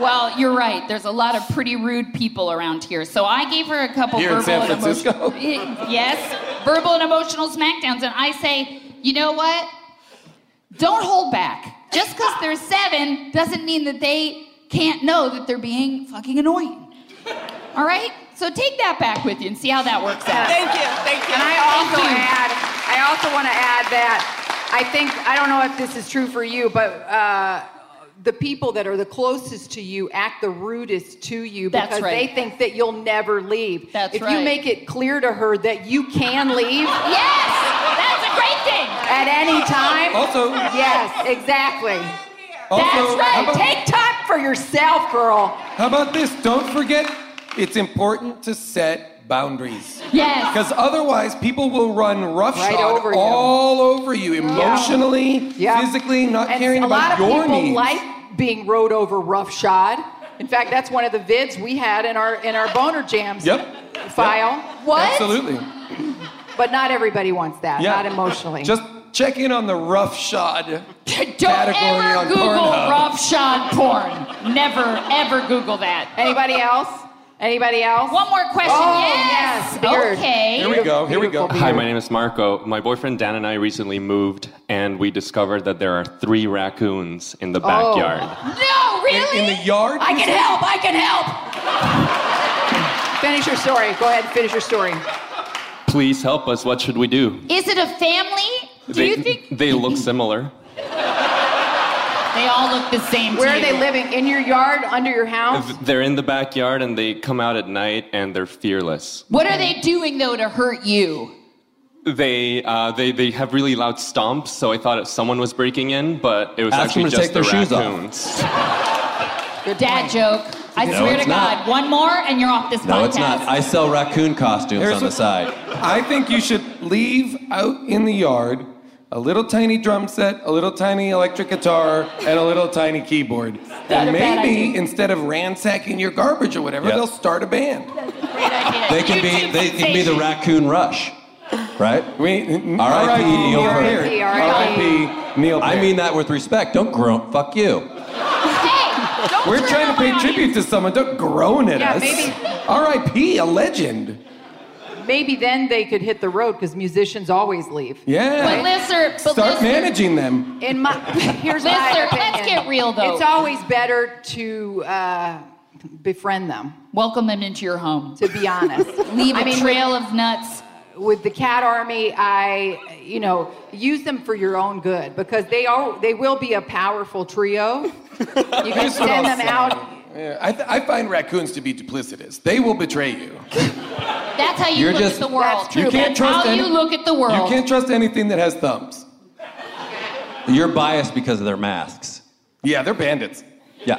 Speaker 3: Well, you're right. There's a lot of pretty rude people around here. So I gave her a couple
Speaker 4: Here in
Speaker 3: verbal
Speaker 4: San
Speaker 3: and
Speaker 4: Francisco?
Speaker 3: emotional yes, verbal and emotional smackdowns and I say, "You know what? Don't hold back. Just cuz they're 7 doesn't mean that they can't know that they're being fucking annoying." All right? So take that back with you and see how that works out.
Speaker 14: Thank you. Thank you.
Speaker 5: And I also add, I also want to add that I think I don't know if this is true for you, but uh, the people that are the closest to you act the rudest to you
Speaker 3: That's
Speaker 5: because
Speaker 3: right.
Speaker 5: they think that you'll never leave.
Speaker 3: That's
Speaker 5: if you
Speaker 3: right.
Speaker 5: make it clear to her that you can leave
Speaker 3: Yes! That's a great thing.
Speaker 5: at any time.
Speaker 4: Also-
Speaker 5: yes, exactly.
Speaker 4: Also,
Speaker 5: That's
Speaker 4: how
Speaker 5: right.
Speaker 4: about-
Speaker 5: Take time for yourself, girl.
Speaker 4: How about this? Don't forget, it's important to set boundaries.
Speaker 3: Yes.
Speaker 4: Because otherwise, people will run roughshod
Speaker 5: Right over you.
Speaker 4: all over you, emotionally, physically, not
Speaker 5: And
Speaker 4: caring
Speaker 5: a lot
Speaker 4: about
Speaker 5: of
Speaker 4: your
Speaker 5: people
Speaker 4: needs.
Speaker 5: like being rode over roughshod. In fact, that's one of the vids we had in our in our boner jams
Speaker 4: Yep.
Speaker 5: file.
Speaker 3: What?
Speaker 4: Absolutely.
Speaker 5: But not everybody wants that.
Speaker 4: Yeah.
Speaker 5: Not emotionally.
Speaker 4: Just check in on the roughshod.
Speaker 3: Don't
Speaker 4: Category
Speaker 3: ever
Speaker 4: on
Speaker 3: Google
Speaker 4: Pornhub.
Speaker 3: roughshod porn. Never, ever Google that.
Speaker 5: Anybody else? Anybody else?
Speaker 3: One more question.
Speaker 5: Oh,
Speaker 3: yes.
Speaker 5: yes, beard.
Speaker 3: Okay.
Speaker 4: Here we go. Here we go.
Speaker 2: Hi, my name is Marco. My boyfriend Dan and I recently moved, and we discovered that there are three raccoons in
Speaker 4: Oh.
Speaker 2: the backyard.
Speaker 3: No, really?
Speaker 4: In the yard?
Speaker 3: I can help. I can help.
Speaker 5: Finish your story. Go ahead and finish your story.
Speaker 2: Please help us. What should we do?
Speaker 3: Is it a family? Do
Speaker 2: they,
Speaker 3: you think
Speaker 2: they look similar?
Speaker 3: they all look the same?
Speaker 5: Where
Speaker 3: to
Speaker 5: are
Speaker 3: you?
Speaker 5: they living? In your yard? Under your house?
Speaker 2: They're in the backyard, and they come out at night, and they're fearless.
Speaker 3: What are they doing though to hurt you?
Speaker 2: They uh, they they have really loud stomps, so I thought someone was breaking in, but it was
Speaker 10: Ask
Speaker 2: actually
Speaker 10: them to
Speaker 2: just
Speaker 10: take
Speaker 2: the
Speaker 10: their shoes off.
Speaker 2: raccoons.
Speaker 5: Good
Speaker 3: Dad
Speaker 5: point.
Speaker 3: joke. I
Speaker 10: No,
Speaker 3: swear to
Speaker 10: it's not.
Speaker 3: God, one more and you're off this
Speaker 10: No,
Speaker 3: podcast.
Speaker 10: it's not. I sell raccoon costumes
Speaker 4: Here's
Speaker 10: on the
Speaker 4: what-
Speaker 10: side.
Speaker 4: I think you should leave out in the yard a little tiny drum set, a little tiny electric guitar, and a little tiny keyboard. And
Speaker 3: a bad
Speaker 4: maybe
Speaker 3: idea.
Speaker 4: instead of ransacking your garbage or whatever,
Speaker 10: Yeah.
Speaker 4: they'll start a band.
Speaker 3: Great idea.
Speaker 10: They can be
Speaker 3: YouTube
Speaker 10: they can be the
Speaker 3: sensation.
Speaker 10: raccoon rush. Right?
Speaker 4: We,
Speaker 10: R.I.P. Neil Peart.
Speaker 4: Peart. R.I.P. Neil
Speaker 10: E I
Speaker 4: Peart.
Speaker 10: mean that with respect. Don't groan. Fuck you.
Speaker 3: Hey, don't
Speaker 4: We're
Speaker 3: turn
Speaker 4: trying to pay
Speaker 3: around.
Speaker 4: tribute to someone. Don't groan at
Speaker 5: Yeah,
Speaker 4: us.
Speaker 5: maybe-
Speaker 4: R.I.P. A legend.
Speaker 5: Maybe then they could hit the road because musicians always leave.
Speaker 3: But
Speaker 4: Yeah.
Speaker 3: listener, but
Speaker 4: Start
Speaker 3: listener-
Speaker 4: managing them.
Speaker 5: In my here's my
Speaker 3: Mister,
Speaker 5: opinion.
Speaker 3: let's get real, though.
Speaker 5: It's always better to uh, befriend them.
Speaker 3: Welcome them into your home.
Speaker 5: To be honest,
Speaker 3: Leave a
Speaker 5: I mean,
Speaker 3: trail of nuts.
Speaker 5: with the cat army, I you know use them for your own good because they are they will be a powerful trio. You can
Speaker 4: Here's what I'll
Speaker 5: send them
Speaker 4: say.
Speaker 5: out.
Speaker 4: Yeah, I, th- I find raccoons to be duplicitous. They will betray you.
Speaker 3: That's how you
Speaker 10: You're
Speaker 3: look
Speaker 10: just-
Speaker 3: at the world.
Speaker 5: That's
Speaker 4: You
Speaker 5: true.
Speaker 4: can't
Speaker 3: That's
Speaker 4: trust
Speaker 3: how
Speaker 4: any-
Speaker 3: you look at the world.
Speaker 4: You can't trust anything that has thumbs.
Speaker 10: You're biased because of their masks.
Speaker 4: Yeah, they're bandits.
Speaker 10: Yeah.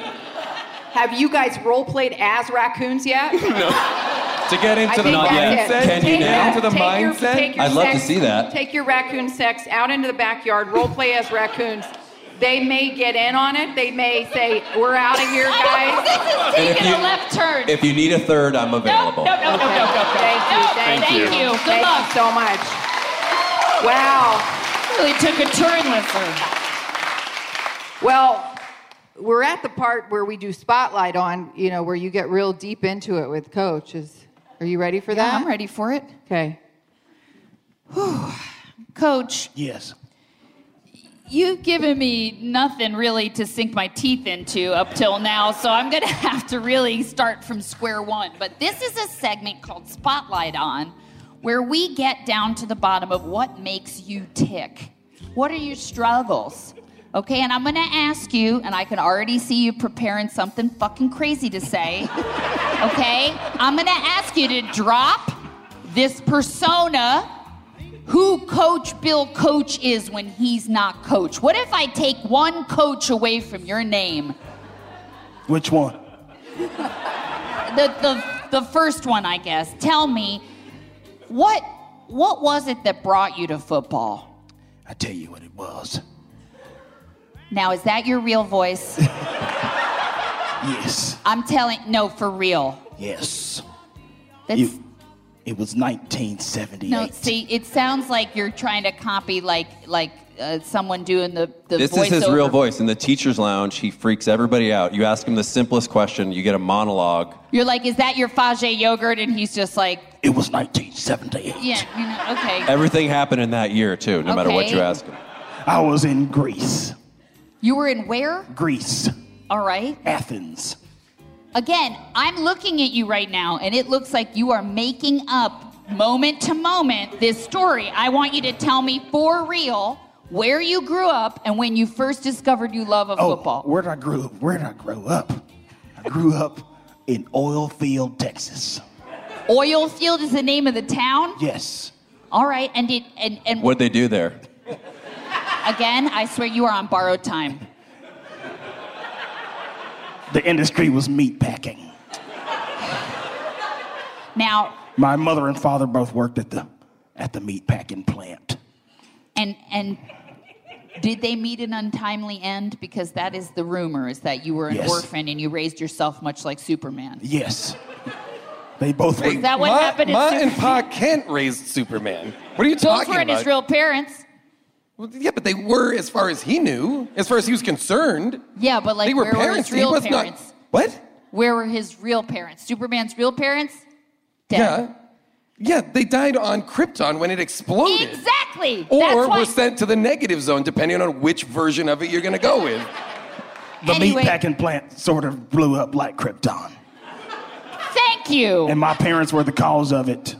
Speaker 5: Have you guys role played as raccoons yet?
Speaker 4: To get
Speaker 5: I
Speaker 4: into
Speaker 5: think
Speaker 4: the
Speaker 10: Not
Speaker 5: that's
Speaker 10: yet.
Speaker 4: mindset,
Speaker 5: it.
Speaker 10: Can you
Speaker 5: Take
Speaker 10: now?
Speaker 5: that-
Speaker 4: into the
Speaker 5: take your-
Speaker 4: mindset.
Speaker 5: take your
Speaker 10: I'd love to
Speaker 5: sex-
Speaker 10: see that.
Speaker 5: Take your raccoon sex out into the backyard. Role play as raccoons. They may get in on it. They may say, "We're out of here,
Speaker 3: I
Speaker 5: guys."
Speaker 3: don't-
Speaker 10: And
Speaker 3: This is
Speaker 10: if
Speaker 3: taking a
Speaker 10: you-
Speaker 3: left turn.
Speaker 10: If you need a third, I'm
Speaker 3: no, no,
Speaker 10: available.
Speaker 3: no, no, no, no, no.
Speaker 5: Thank you,
Speaker 3: No,
Speaker 5: thank
Speaker 3: you. Good
Speaker 5: Thank
Speaker 3: luck.
Speaker 5: you so much. Wow.
Speaker 3: really took a turn, listener.
Speaker 5: Well, we're at the part where we do spotlight on, you know, where you get real deep into it with coach. Is are you ready for that?
Speaker 3: I'm ready for it.
Speaker 5: Okay.
Speaker 3: Coach,
Speaker 11: Yes.
Speaker 3: you've given me nothing really to sink my teeth into up till now, so I'm going to have to really start from square one. But this is a segment called Spotlight On, where we get down to the bottom of what makes you tick. What are your struggles? Okay, and I'm going to ask you, and I can already see you preparing something fucking crazy to say. Okay, I'm going to ask you to drop this persona who Coach Bill Coach is when he's not coach. What if I take one coach away from your name?
Speaker 11: Which one?
Speaker 3: The, the, the first one, I guess. Tell me, what, what was it that brought you to football?
Speaker 11: I tell you what it was.
Speaker 3: Now, is that your real voice?
Speaker 11: Yes.
Speaker 3: I'm telling, no, for real.
Speaker 11: Yes.
Speaker 3: That's,
Speaker 11: You- it was 1978.
Speaker 3: no, see, it sounds like you're trying to copy like like uh, someone doing the the
Speaker 10: this is his
Speaker 3: voiceover.
Speaker 10: real voice. In the teacher's lounge, he freaks everybody out. You ask him the simplest question, you get a monologue.
Speaker 3: You're like, is that your Faje yogurt? And he's just like,
Speaker 11: It was 1978.
Speaker 3: yeah, you know, okay.
Speaker 10: Everything happened in that year, too, no matter what
Speaker 3: Okay.
Speaker 10: you ask him.
Speaker 11: I was in Greece.
Speaker 3: You were in where?
Speaker 11: Greece.
Speaker 3: All right.
Speaker 11: Athens.
Speaker 3: Again, I'm looking at you right now, and it looks like you are making up moment to moment this story. I want you to tell me for real where you grew up and when you first discovered you love of
Speaker 11: oh,
Speaker 3: football.
Speaker 11: Where did I grow up? Where did I grow up? I grew up in oil field, Texas.
Speaker 3: Oil Field is the name of the town.
Speaker 11: Yes.
Speaker 3: All right, and did and and
Speaker 10: What'd they do there?
Speaker 3: again, I swear you are on borrowed time.
Speaker 11: The industry was meat packing.
Speaker 3: Now,
Speaker 11: My mother and father both worked at the at the meat packing plant.
Speaker 3: and and did they meet an untimely end? Because that is the rumor is that you were an
Speaker 11: Yes.
Speaker 3: orphan and you raised yourself much like Superman.
Speaker 11: Yes. They both
Speaker 3: Is that what
Speaker 4: Ma,
Speaker 3: happened in
Speaker 4: Ma
Speaker 3: Superman?
Speaker 4: and Pa Kent raised Superman. What are you
Speaker 3: Those
Speaker 4: talking
Speaker 3: weren't
Speaker 4: about?
Speaker 3: his real parents.
Speaker 4: Well, yeah, but they were, as far as he knew, as far as he was concerned.
Speaker 3: Yeah, but like
Speaker 4: they were
Speaker 3: where were
Speaker 4: parents.
Speaker 3: his real
Speaker 4: he was
Speaker 3: parents?
Speaker 4: not. What?
Speaker 3: Where were his real parents? Superman's real parents? Dead.
Speaker 4: Yeah. Yeah, they died on Krypton when it exploded.
Speaker 3: Exactly.
Speaker 4: Or
Speaker 3: That's why
Speaker 4: were sent to the negative zone, depending on which version of it you're going to go with.
Speaker 11: The
Speaker 3: Anyway.
Speaker 11: meat packing plant sort of blew up like Krypton.
Speaker 3: Thank you.
Speaker 11: And my parents were the cause of it.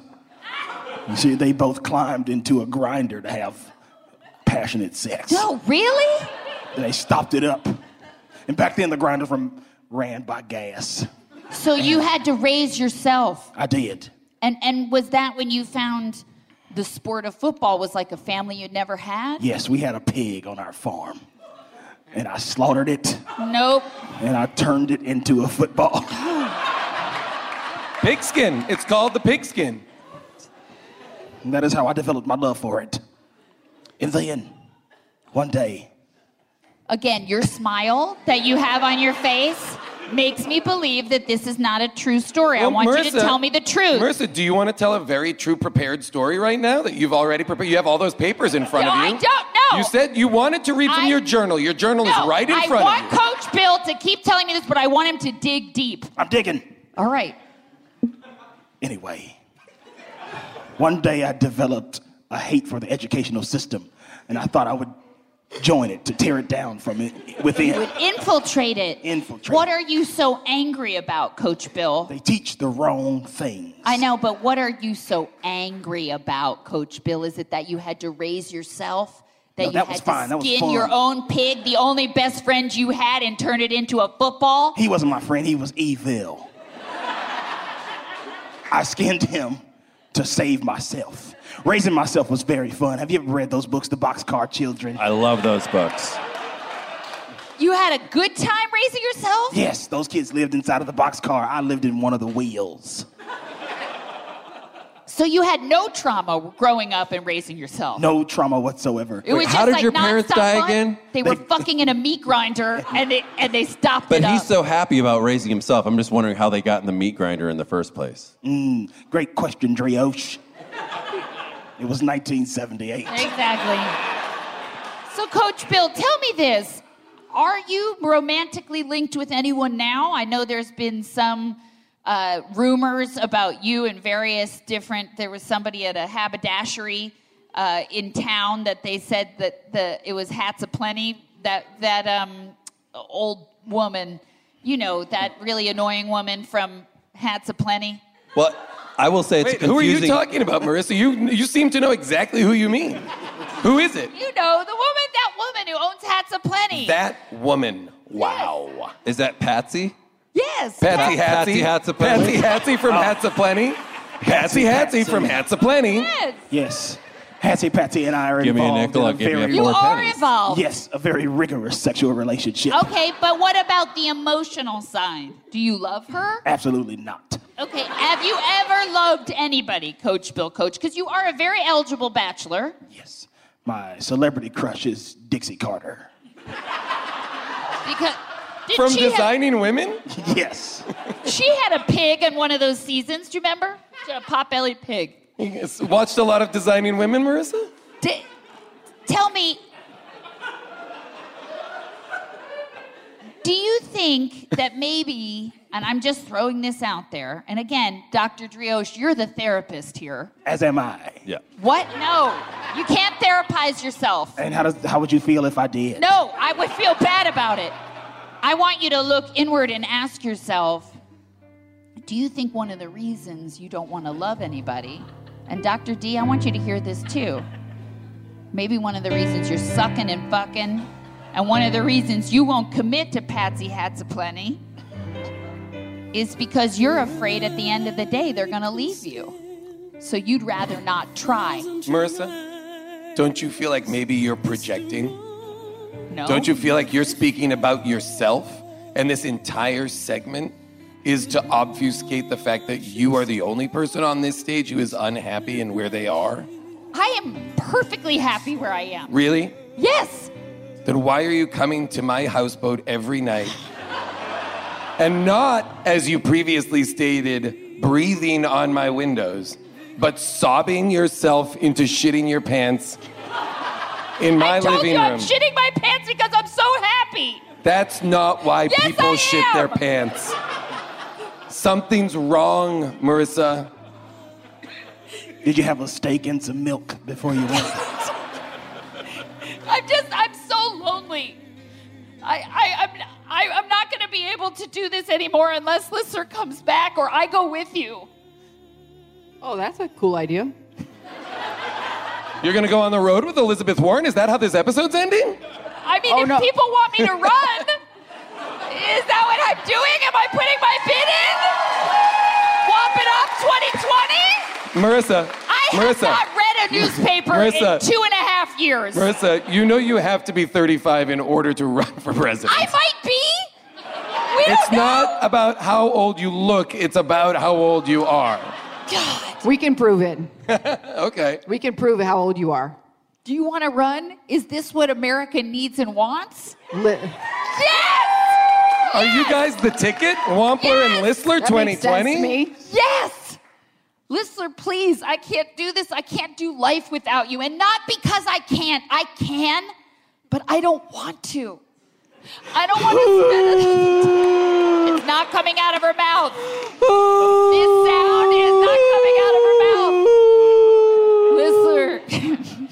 Speaker 11: You see, they both climbed into a grinder to have passionate sex.
Speaker 3: No, really?
Speaker 11: And they stopped it up. And back then, the grinders from ran by gas.
Speaker 3: So you had to raise yourself.
Speaker 11: I did.
Speaker 3: And and was that when you found the sport of football was like a family you'd never had?
Speaker 11: Yes, we had a pig on our farm. And I slaughtered it
Speaker 3: Nope.
Speaker 11: and I turned it into a football.
Speaker 4: Pigskin. It's called the pigskin.
Speaker 11: And that is how I developed my love for it. And then, one day,
Speaker 3: Again, your smile that you have on your face makes me believe that this is not a true story. I
Speaker 4: Well,
Speaker 3: want you to
Speaker 4: Marissa-
Speaker 3: tell me the truth.
Speaker 4: Marissa, do you want to tell a very true prepared story right now that you've already prepared? You have all those papers in front
Speaker 3: No,
Speaker 4: of you.
Speaker 3: I don't know.
Speaker 4: You said you wanted to read from
Speaker 3: I-
Speaker 4: your journal. Your journal
Speaker 3: No,
Speaker 4: is right in
Speaker 3: I
Speaker 4: front
Speaker 3: want
Speaker 4: of you.
Speaker 3: Coach Bill to keep telling me this, but I want him to dig deep.
Speaker 11: I'm digging.
Speaker 3: All right.
Speaker 11: Anyway, one day I developed a hate for the educational system, and I thought I would join it to tear it down from it
Speaker 3: You
Speaker 11: within.
Speaker 3: would infiltrate it.
Speaker 11: Infiltrate.
Speaker 3: What are you so angry about, Coach Bill?
Speaker 11: They teach the wrong thing.
Speaker 3: I know, but what are you so angry about, Coach Bill? Is it that you had to raise yourself? That
Speaker 11: No,
Speaker 3: you
Speaker 11: that
Speaker 3: had
Speaker 11: was
Speaker 3: to
Speaker 11: fine. That was
Speaker 3: skin
Speaker 11: fun.
Speaker 3: your own pig, the only best friend you had, and turn it into a football?
Speaker 11: He wasn't my friend, he was evil. I skinned him to save myself. Raising myself was very fun. Have you ever read those books, The Boxcar Children?
Speaker 10: I love those books.
Speaker 3: You had a good time raising yourself?
Speaker 11: Yes, those kids lived inside of the boxcar. I lived in one of the wheels.
Speaker 3: So you had no trauma growing up and raising yourself?
Speaker 11: No trauma whatsoever.
Speaker 3: It was just
Speaker 10: how did
Speaker 3: like
Speaker 10: your parents
Speaker 3: nonstop
Speaker 10: die
Speaker 3: fun.
Speaker 10: again?
Speaker 3: They were fucking in a meat grinder and they and they stopped
Speaker 10: But
Speaker 3: it
Speaker 10: he's
Speaker 3: up.
Speaker 10: so happy about raising himself. I'm just wondering how they got in the meat grinder in the first place.
Speaker 11: Great question, Drioche. It was 1978.
Speaker 3: exactly. So Coach Bill, tell me this. Are you romantically linked with anyone now? I know there's been some uh, rumors about you and various different. There was somebody at a haberdashery uh, in town that they said that the it was hats aplenty. That that um, old woman, you know, that really annoying woman from Hats Aplenty.
Speaker 10: Well, I will say it's
Speaker 4: Wait, who are
Speaker 10: confusing.
Speaker 4: you talking about, Marissa? You you seem to know exactly who you mean. Who is it?
Speaker 3: You know, the woman, that woman who owns Hats Aplenty.
Speaker 4: That woman. Wow.
Speaker 10: Is that Patsy?
Speaker 3: yes.
Speaker 4: Patsy
Speaker 10: Pat-
Speaker 4: Hatsy.
Speaker 10: Patsy
Speaker 4: Patsy
Speaker 10: Oh. Hatsaplenty.
Speaker 4: Hatsy from Hats Aplenty. Patsy Hatsy from Hats Aplenty.
Speaker 3: Yes.
Speaker 11: Yes. Hatsy Patsy and I are
Speaker 10: Give me a
Speaker 11: involved
Speaker 10: nickel,
Speaker 11: in a
Speaker 10: I'll give you a
Speaker 11: very
Speaker 3: You
Speaker 10: Four
Speaker 3: are
Speaker 10: pennies.
Speaker 3: involved.
Speaker 11: yes, a very rigorous sexual relationship.
Speaker 3: Okay, but what about the emotional side? Do you love her?
Speaker 11: Absolutely not.
Speaker 3: Okay, have you ever loved anybody, Coach Bill Coach? Because you are a very eligible bachelor.
Speaker 11: Yes. My celebrity crush is Dixie Carter.
Speaker 3: Because Did
Speaker 4: From
Speaker 3: she have-
Speaker 4: designing women?
Speaker 11: Yes.
Speaker 3: She had a pig in one of those seasons. Do you remember? She had a pot-bellied pig.
Speaker 4: Watched a lot of designing women, Marissa?
Speaker 3: Di- tell me. Do you think that maybe, and I'm just throwing this out there, and again, Dr. Drioche, you're the therapist here.
Speaker 11: As am I.
Speaker 10: Yeah.
Speaker 3: What? No. You can't therapize yourself.
Speaker 11: And how does how would you feel if I did?
Speaker 3: No, I would feel bad about it. I want you to look inward and ask yourself do you think one of the reasons you don't want to love anybody, and Dr. D, I want you to hear this too. Maybe one of the reasons you're sucking and fucking, and one of the reasons you won't commit to Patsy Hats Aplenty is because you're afraid at the end of the day they're going to leave you. So you'd rather not try.
Speaker 4: Marissa, don't you feel like maybe you're projecting?
Speaker 3: No.
Speaker 4: Don't you feel like you're speaking about yourself and this entire segment is to obfuscate the fact that you are the only person on this stage who is unhappy in where they are?
Speaker 3: I am perfectly happy where I am.
Speaker 4: Really?
Speaker 3: Yes.
Speaker 4: Then why are you coming to my houseboat every night? And not, as you previously stated, breathing on my windows, but sobbing yourself into shitting your pants in my
Speaker 3: I told
Speaker 4: living
Speaker 3: you
Speaker 4: room.
Speaker 3: I'm shitting my pants because I'm so happy.
Speaker 4: That's not why
Speaker 3: Yes,
Speaker 4: people
Speaker 3: I
Speaker 4: shit
Speaker 3: am.
Speaker 4: their pants. Something's wrong, Marissa.
Speaker 11: Did you have a steak and some milk before you went?
Speaker 3: I'm just I'm so lonely. I, I I'm I, I'm not gonna be able to do this anymore unless Lister comes back or I go with you.
Speaker 2: Oh, that's a cool idea.
Speaker 4: You're gonna go on the road with Elizabeth Warren? Is that how this episode's ending?
Speaker 3: I mean,
Speaker 4: Oh,
Speaker 3: if people want me to run, is that what I'm doing? Am I putting my bid in? Whop it up, 2020.
Speaker 4: Marissa.
Speaker 3: I
Speaker 4: Marissa.
Speaker 3: have not read a newspaper
Speaker 4: Marissa.
Speaker 3: in two and a half years.
Speaker 4: Marissa, you know you have to be 35 in order to run for president.
Speaker 3: I might be. We
Speaker 4: it's
Speaker 3: don't know.
Speaker 4: not about how old you look, it's about how old you are.
Speaker 2: We can prove it.
Speaker 4: Okay.
Speaker 2: We can prove how old you are.
Speaker 3: Do you want to run? Is this what America needs and wants?
Speaker 2: Li-
Speaker 4: Are you guys the ticket? Wampler and Listler 2020?
Speaker 3: Yes! Listler, please, I can't do this. I can't do life without you. And not because I can't. I can, but I don't want to. I don't want to. it's not coming out of her mouth. this sound is not coming out of her mouth. Listler.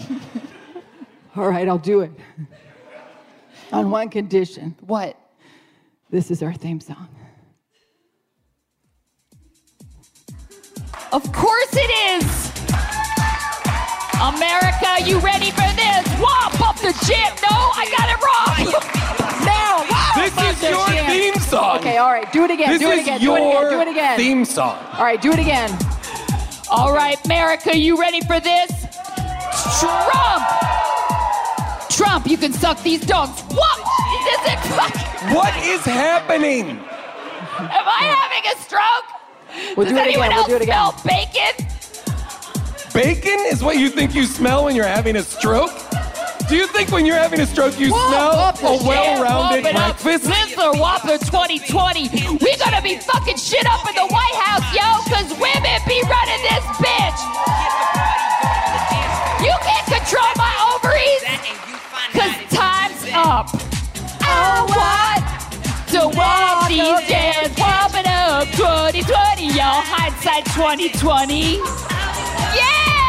Speaker 2: All right, I'll do it. On one condition.
Speaker 3: What?
Speaker 2: This is our theme song.
Speaker 3: Of course it is. America, you ready for this? Womp up the jam. No, I got it wrong. now, womp
Speaker 4: This
Speaker 3: up
Speaker 4: is
Speaker 3: the
Speaker 4: your
Speaker 3: jam.
Speaker 4: theme song.
Speaker 2: Okay, all right, do it again.
Speaker 4: This
Speaker 2: do it
Speaker 4: is
Speaker 2: again.
Speaker 4: your
Speaker 2: do it again. Do it again.
Speaker 4: theme song.
Speaker 2: All right, do it again.
Speaker 3: All right, America, you ready for this? Trump! Trump, you can suck these dogs. What? This is fucking.
Speaker 4: What is happening?
Speaker 3: Am I having a stroke?
Speaker 4: We'll
Speaker 3: Does
Speaker 4: do it again,
Speaker 3: anyone
Speaker 4: we'll
Speaker 3: else
Speaker 4: do it again.
Speaker 3: smell bacon?
Speaker 4: Bacon is what you think you smell when you're having a stroke? Do you think when you're having a stroke you smell a well-rounded breakfast?
Speaker 3: Lizzler Whopper 2020. We're gonna be fucking shit up in the White House, yo, cause women be running this bitch. You can't control my ovaries, cause time's up. Oh, I want to walk these days, warming up 2020, y'all. Hindsight 2020. Yeah!